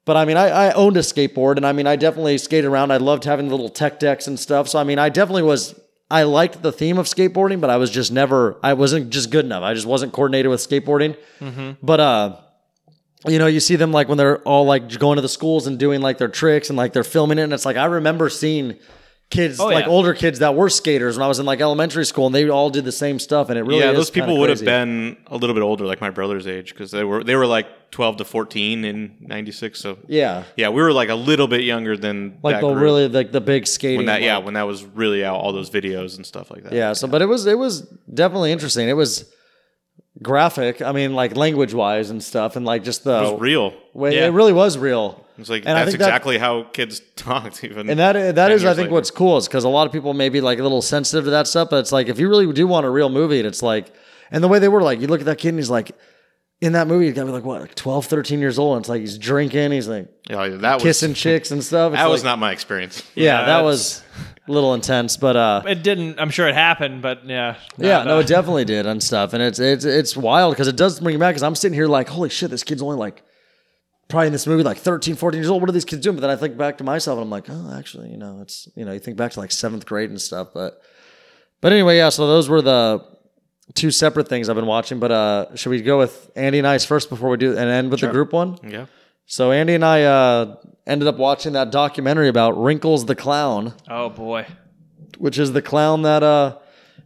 But I mean, I, I owned a skateboard, and I mean, I definitely skated around. I loved having the little tech decks and stuff. So I mean, I definitely was. I liked the theme of skateboarding, but I was just never. I wasn't just good enough. I just wasn't coordinated with skateboarding. Mm-hmm. But uh, you know, you see them like when they're all like going to the schools and doing like their tricks and like they're filming it, and it's like I remember seeing kids Oh, like yeah. older kids that were skaters when I was in like elementary school, and they all did the same stuff, and it really yeah, is those kinda people would have crazy. been a little bit older, like my brother's age, because they were they were like twelve to fourteen in ninety six. So yeah yeah, we were like a little bit younger than like that the group really like the big skating when that yeah like- when that was really out all those videos and stuff like that. yeah so but it was it was definitely interesting it was graphic. I mean, like language wise and stuff, and like just the It was real. way Yeah. it really was real. It's like And I that's think that- exactly how kids talked. Even And that that 10 is, I years think, later. what's cool is because a lot of people may be like a little sensitive to that stuff, but it's like if you really do want a real movie, and it's like, and the way they were like, you look at that kid and he's like, in that movie, he's got to be like what, like 12, 13 years old, and it's like he's drinking, he's like Yeah, that was kissing chicks and stuff. It's That was like- not my experience. yeah, Yeah, that was a little intense, but uh, It didn't. I'm sure it happened, but yeah. not, yeah, no, uh, it definitely did and stuff, and it's it's it's wild because it does bring you back. Because I'm sitting here like, holy shit, this kid's only like. Probably in this movie, like 13, 14 years old. What are these kids doing? But then I think back to myself and I'm like, oh, actually, you know, it's, you know, you think back to like seventh grade and stuff. But, but anyway, yeah, so those were the two separate things I've been watching. But uh should we go with Andy and I's first before we do and end with the group one? Yeah. So Andy and I uh ended up watching that documentary about Wrinkles the Clown Oh boy. which is the clown that uh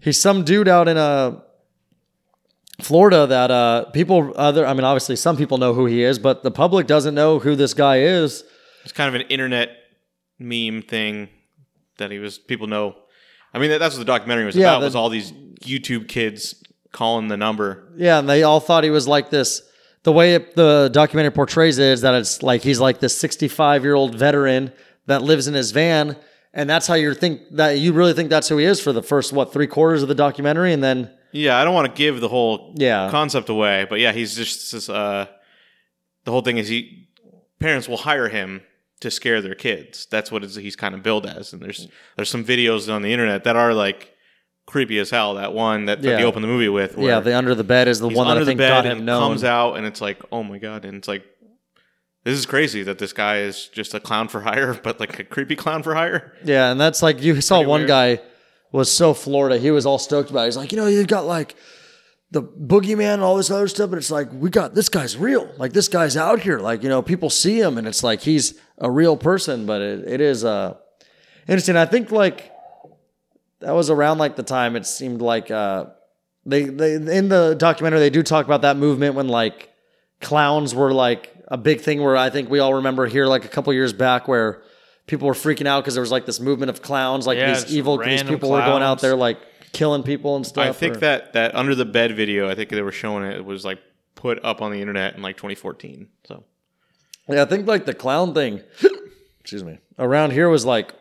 he's some dude out in uh Florida that uh people other I mean obviously some people know who he is but the public doesn't know who this guy is. It's kind of an internet meme thing that he was people know. I mean, that, that's what the documentary was Yeah, about. the- was all these YouTube kids calling the number? Yeah, and they all thought he was like this the way it, the documentary portrays it is that it's like he's like this 65-year-old veteran that lives in his van and that's how you think that you really think that's who he is for the first what 3 quarters of the documentary and then Yeah, I don't want to give the whole Yeah. concept away, but yeah, he's just this, uh, the whole thing is he parents will hire him to scare their kids. That's what it's, he's kind of billed as. And there's there's some videos on the internet that are like creepy as hell. That one that, that Yeah. they open the movie with, where yeah, the under the bed is the he's one that under I the think got bed him and known. comes out, and it's like, oh my god, and it's like, this is crazy that this guy is just a clown for hire, but like a creepy clown for hire. Yeah, and that's like you saw one weird. guy was so Florida. He was all stoked about it. He's like, you know, you've got like the boogeyman and all this other stuff, but it's like we got this guy's real. Like this guy's out here. Like, you know, people see him and it's like he's a real person, but it, it is uh interesting. I think like that was around like the time it seemed like uh they they in the documentary they do talk about that movement when like clowns were like a big thing where I think we all remember here like a couple years back where people were freaking out because there was like this movement of clowns like Yeah, these just evil these random people were going out clowns. there like killing people and stuff. I think or- that that under the bed video, I think they were showing it, was like put up on the internet in like 2014. So yeah, I think like the clown thing. excuse me. Around here was like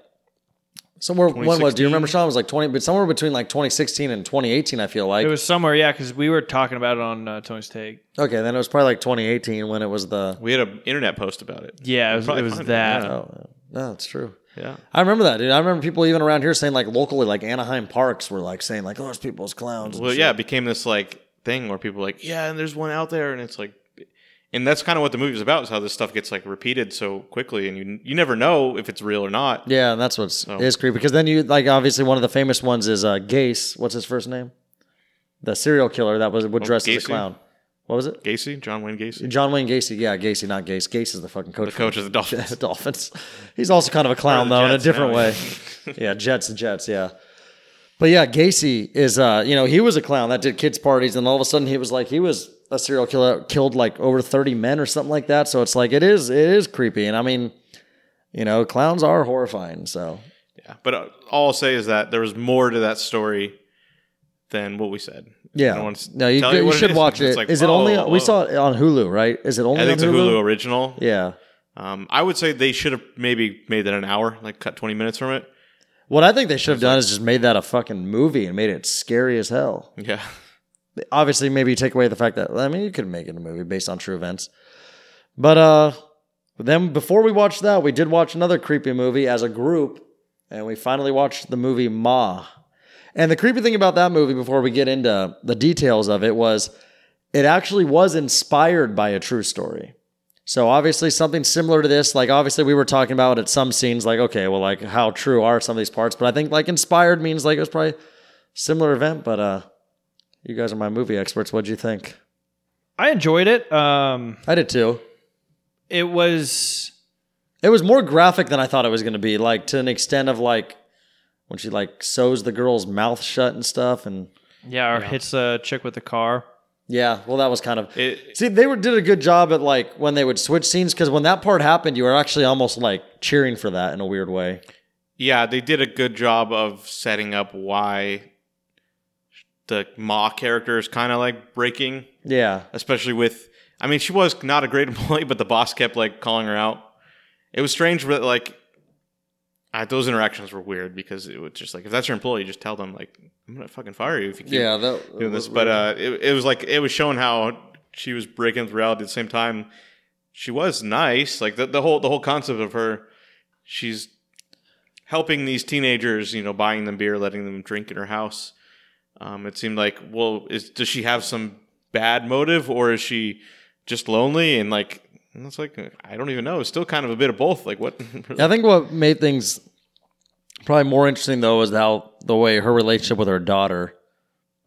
somewhere when was do you 2016? remember Sean It was like 20 but somewhere between like 2016 and 2018 I feel like. It was somewhere, yeah, because we were talking about it on uh, Tony's take. okay, then it was probably like 2018 when it was the we had an internet post about it. Yeah, it was, Probably it was find it, that. yeah. Oh, no, it's true. Yeah, I remember that, dude. I remember people even around here saying like locally, like Anaheim parks were like saying like, "Oh, there's people as clowns." and well, shit. yeah, it became this like thing where people were like, yeah, and there's one out there, and it's like. And that's kind of what the movie is about: is how this stuff gets like repeated so quickly, and you you never know if it's real or not. yeah, and that's what's So- is creepy because then you like obviously one of the famous ones is uh Gase. What's his first name? The serial killer that was would dress as Oh, Gacy? a clown. What was it? Gacy, John Wayne Gacy, John Wayne Gacy. Yeah, Gacy, not Gase. Gase is the fucking coach. the coach of the Dolphins. the Dolphins. He's also kind of a clown Or the though, in a Jets different now. way. yeah, Jets and Jets. Yeah. But yeah, Gacy is uh, you know, he was a clown that did kids' parties, and all of a sudden he was like he was a serial killer killed like over 30 men or something like that. So it's like it is it is creepy. And I mean, you know, clowns are horrifying. So Yeah, but uh, all I'll say is that there was more to that story than what we said. I don't yeah. wanna s- No, you, tell you you what should is. watch it. It's like, Is it only whoa, we whoa. saw it on Hulu, right? Is it I only think it's a on Hulu original. Yeah. Um, I would say they should have maybe made that an hour, like cut twenty minutes from it. What I think they should have done is just made that a fucking movie and made it scary as hell. Yeah, obviously maybe take away the fact that I mean you could make it a movie based on true events. But uh then before we watched that, we did watch another creepy movie as a group, and we finally watched the movie Ma. And the creepy thing about that movie before we get into the details of it was it actually was inspired by a true story. So obviously something similar to this, like obviously we were talking about at some scenes, like, okay, well, like how true are some of these parts? But I think like inspired means like it was probably similar event, but uh you guys are my movie experts. What'd you think? I enjoyed it. Um, I did too. it was It was more graphic than I thought it was going to be, like to an extent of like when she like sews the girl's mouth shut and stuff. And yeah, or hits a chick with a car. yeah, well, that was kind of. it, See, they were did a good job at like when they would switch scenes because when that part happened, you were actually almost like cheering for that in a weird way. yeah, they did a good job of setting up why the Ma character is kind of like breaking, Yeah. especially with. I mean, she was not a great employee, but the boss kept like calling her out. It was strange, but like, I, those interactions were weird because it was just like, if that's your employee, just tell them like, I'm gonna fucking fire you if you keep Yeah. That, doing this. But uh, it, it was like it was showing how she was breaking with reality. At the same time, she was nice. Like the, the whole the whole concept of her, she's helping these teenagers. You know, buying them beer, letting them drink in her house. Um, it seemed like, well, is does she have some bad motive, or is she just lonely and like? And it's like I don't even know. It's still kind of a bit of both. Like what? Yeah, I think what made things probably more interesting though is how the way her relationship with her daughter,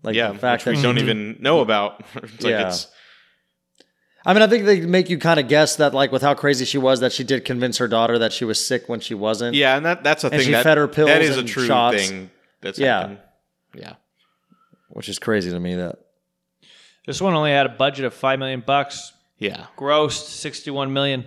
like yeah, the fact which that we don't even know about. it's like Yeah. it's I mean, I think they make you kind of guess that like with how crazy she was that she did convince her daughter that she was sick when she wasn't. Yeah, and that that's a And thing she that fed her pills that is a and true shots. thing that's Yeah. happened. Yeah. which is crazy to me that This one only had a budget of five million bucks, Yeah. grossed sixty-one million.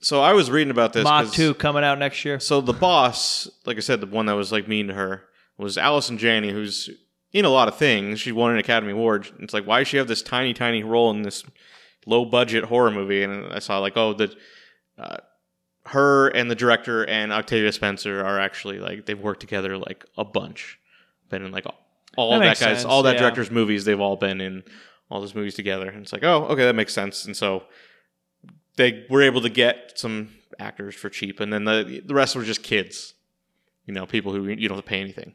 So I was reading about this Mach 'cause- two coming out next year. So the boss, like I said, the one that was like mean to her was Allison Janney, who's in a lot of things. She won an Academy Award. It's like why does she have this tiny, tiny role in this low budget horror movie? And I saw like, oh, the uh, her and the director and Octavia Spencer are actually like they've worked together like a bunch. Been in like all That that, makes guy's sense, all that yeah. director's movies. They've all been in all those movies together. And it's like, oh, okay, that makes sense. And so they were able to get some actors for cheap, and then the the rest were just kids, you know, people who you don't have to pay anything.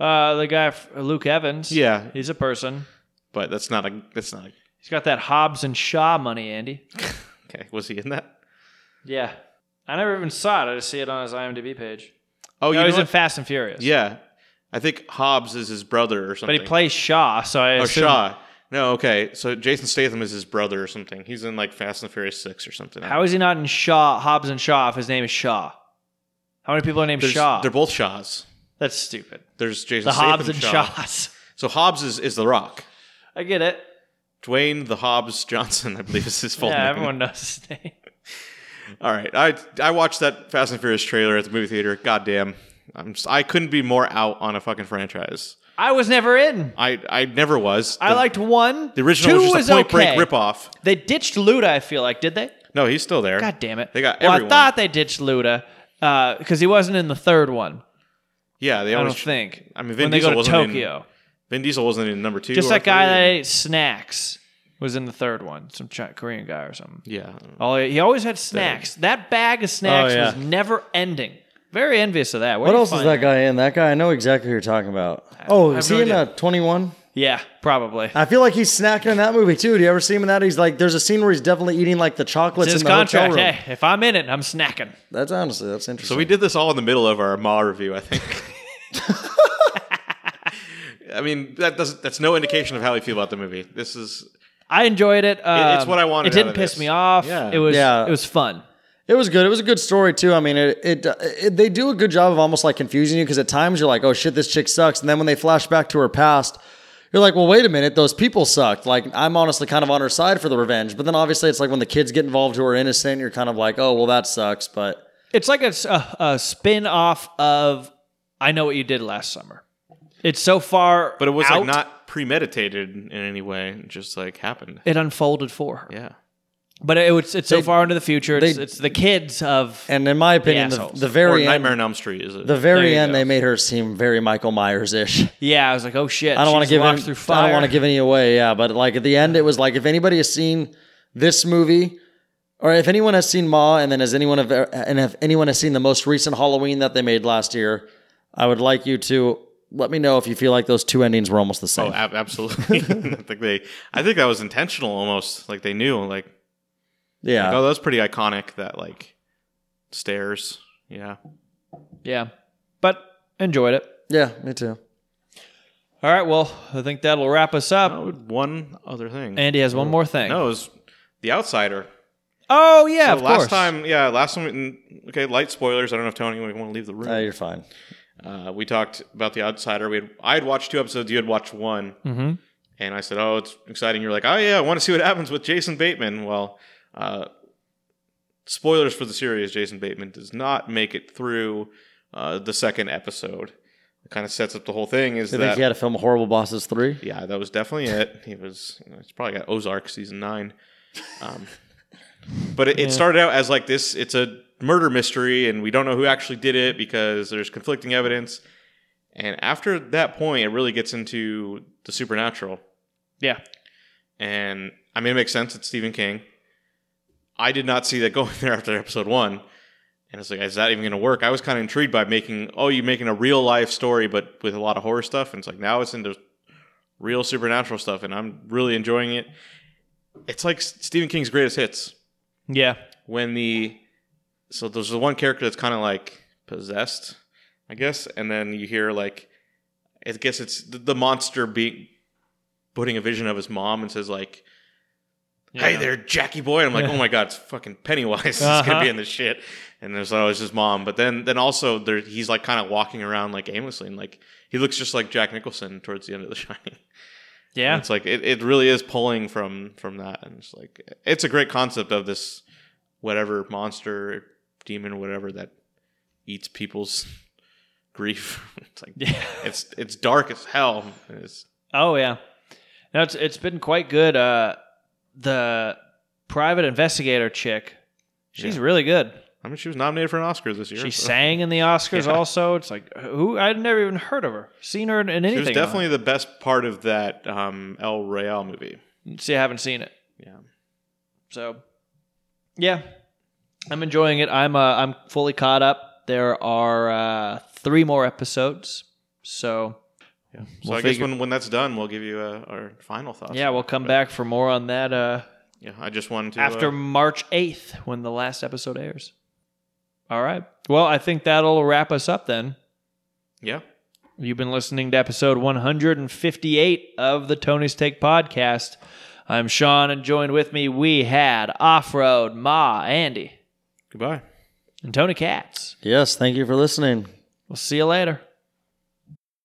Uh, the guy f- Luke Evans. Yeah, he's a person. but that's not a that's not a, He's got that Hobbs and Shaw money, Andy. okay. Was he in that? Yeah, I never even saw it. I just see it on his IMDb page. Oh, Oh, you no, know he's in what? Fast and Furious. yeah. I think Hobbs is his brother or but something. he plays Shaw, so I oh assume Shaw. No, okay. So Jason Statham is his brother or something. He's in like Fast and Furious Six or something. How is he not in Shaw, Hobbs and Shaw if his name is Shaw? How many people are named There's- Shaw? They're both Shaws. That's stupid. There's Jason The Statham Hobbs and Shaw. Shaws. So Hobbs is, is the Rock. I get it. Dwayne the Hobbs Johnson, I believe, is his full Yeah, name. everyone knows his name. All right, I I watched that Fast and Furious trailer at the movie theater. Goddamn, I'm just, I couldn't be more out on a fucking franchise. I was never in. I I never was. I The- liked one. the original Two was just a Point okay. Break ripoff. They ditched Luda. I feel like did they? No, he's still there. God damn it! They got Well, everyone. I thought they ditched Luda because he wasn't in the third one. Yeah, they I always don't think. I mean, Vin when they Diesel go to wasn't in Tokyo, Vin Diesel wasn't in number two. just or that guy three. that ate snacks was in the third one. Some chi- Korean guy or something. Yeah, Oh, he always had snacks. That bag of snacks Oh, yeah. was never ending. Very envious of that. Where do What you else is find that guy in? That guy, I know exactly who you're talking about. Oh, I is have he no in idea. uh, 21? Yeah, probably. I feel like he's snacking in that movie too. Do you ever see him in that? He's like, there's a scene where he's definitely eating like the chocolates It's his in the hotel contract. room. Hey, if I'm in it, I'm snacking. That's honestly, that's interesting. so we did this all in the middle of our Ma review, I think. I mean, that doesn't that's no indication of how we feel about the movie. This is I enjoyed it. it's Um, what I wanted It didn't out of piss this. me off. Yeah. It was. Yeah. It was fun. It was good. It was a good story too. I mean, it, it, it they do a good job of almost like confusing you because at times you're like, oh shit, this chick sucks, and then when they flash back to her past, you're like, well, wait a minute, those people sucked. Like I'm honestly kind of on her side for the revenge, but then obviously it's like when the kids get involved who are innocent, you're kind of like, oh well, that sucks. But It's like a, s- a- a spin off of I Know What You Did Last Summer. It's so far, but it was out, like not premeditated in any way. It just like happened. It unfolded for her, Yeah. but it, was it's so They- far into the future. It's, they- it's the kids of and in my opinion, the, assholes. the Or very Nightmare end, on Elm Street is it? the There very you end, go. they made her seem very Michael Myers ish. yeah. I was like, oh shit. I don't she want to just give walked any, through I fire. don't want to give any away. Yeah, but like at the end, it was like if anybody has seen this movie, or if anyone has seen Ma, and then has anyone have, and if anyone has seen the most recent Halloween that they made last year, I would like you to let me know if you feel like those two endings were almost the Oh, same. ab- absolutely. I think they. I think that was intentional, almost. Like they knew. Like, yeah, oh, that was pretty iconic. That like stairs. Yeah. Yeah, but enjoyed it. yeah, me too. All right, well, I think that'll wrap us up. Oh, one other thing. Andy has one more thing. no, it was The Outsider. Oh yeah, So of last course. time, yeah, last time. we- Okay, light spoilers. I don't know if Tony would want to leave the Uh, room. you're fine. Uh, we talked about The Outsider. We had, I had watched two episodes. You had watched one. hmm And I said, "Oh, it's exciting." You're like, "Oh yeah, I want to see what happens with Jason Bateman." Well, uh, spoilers for the series: Jason Bateman does not make it through uh, the second episode. kind of sets up the whole thing is You think that he had to film Horrible Bosses 3? yeah, that was definitely it. He was you know, he's probably got Ozark season nine. Um, but it, it started out as like this. It's a murder mystery, and we don't know who actually did it because there's conflicting evidence. And after that point, it really gets into the supernatural. Yeah. And I mean, it makes sense. It's Stephen King. I did not see that going there after episode one. And it's like, is that even going to work? I was kind of intrigued by making, oh, you're making a real life story, but with a lot of horror stuff. And it's like, now it's into real supernatural stuff. And I'm really enjoying it. It's like S- Stephen King's greatest hits. Yeah. When the, so there's the one character that's kind of like possessed, I guess. And then you hear like, I guess it's the, the monster being, putting a vision of his mom and says like, hey Yeah. there, Jackie boy. And I'm like, oh my god, it's fucking Pennywise. He's Uh-huh. gonna be in this shit. And there's oh, it's his mom. But then then also there he's like kind of walking around like aimlessly and like he looks just like Jack Nicholson towards the end of The Shining. And Yeah. it's like it, it really is pulling from from that. And it's like it's a great concept of this whatever monster, demon, whatever that eats people's grief. it's like Yeah. it's it's dark as hell. It's Oh yeah. No, it's it's been quite good. Uh, the private investigator chick, she's Yeah. really good. I mean she was nominated for an Oscar this year. She so. sang in the Oscars Yeah. also. It's like who I'd never even heard of her, seen her in, in She anything. was definitely the best part of that um, El Royale movie. See, I haven't seen it. Yeah. So, yeah, I'm enjoying it. I'm uh, I'm fully caught up. There are uh, three more episodes. So So We'll I guess figure- when, when that's done, we'll give you uh, our final thoughts. yeah, we'll come back for more on that uh, Yeah, I just wanted to. after uh, March 8th when the last episode airs. All right. Well, I think that'll wrap us up then. yeah. You've been listening to episode 158 of the Tony's Take podcast. I'm Sean, and joined with me we had Off Road Ma, Andy, Goodbye. and Tony Katz. Yes, thank you for listening. We'll see you later.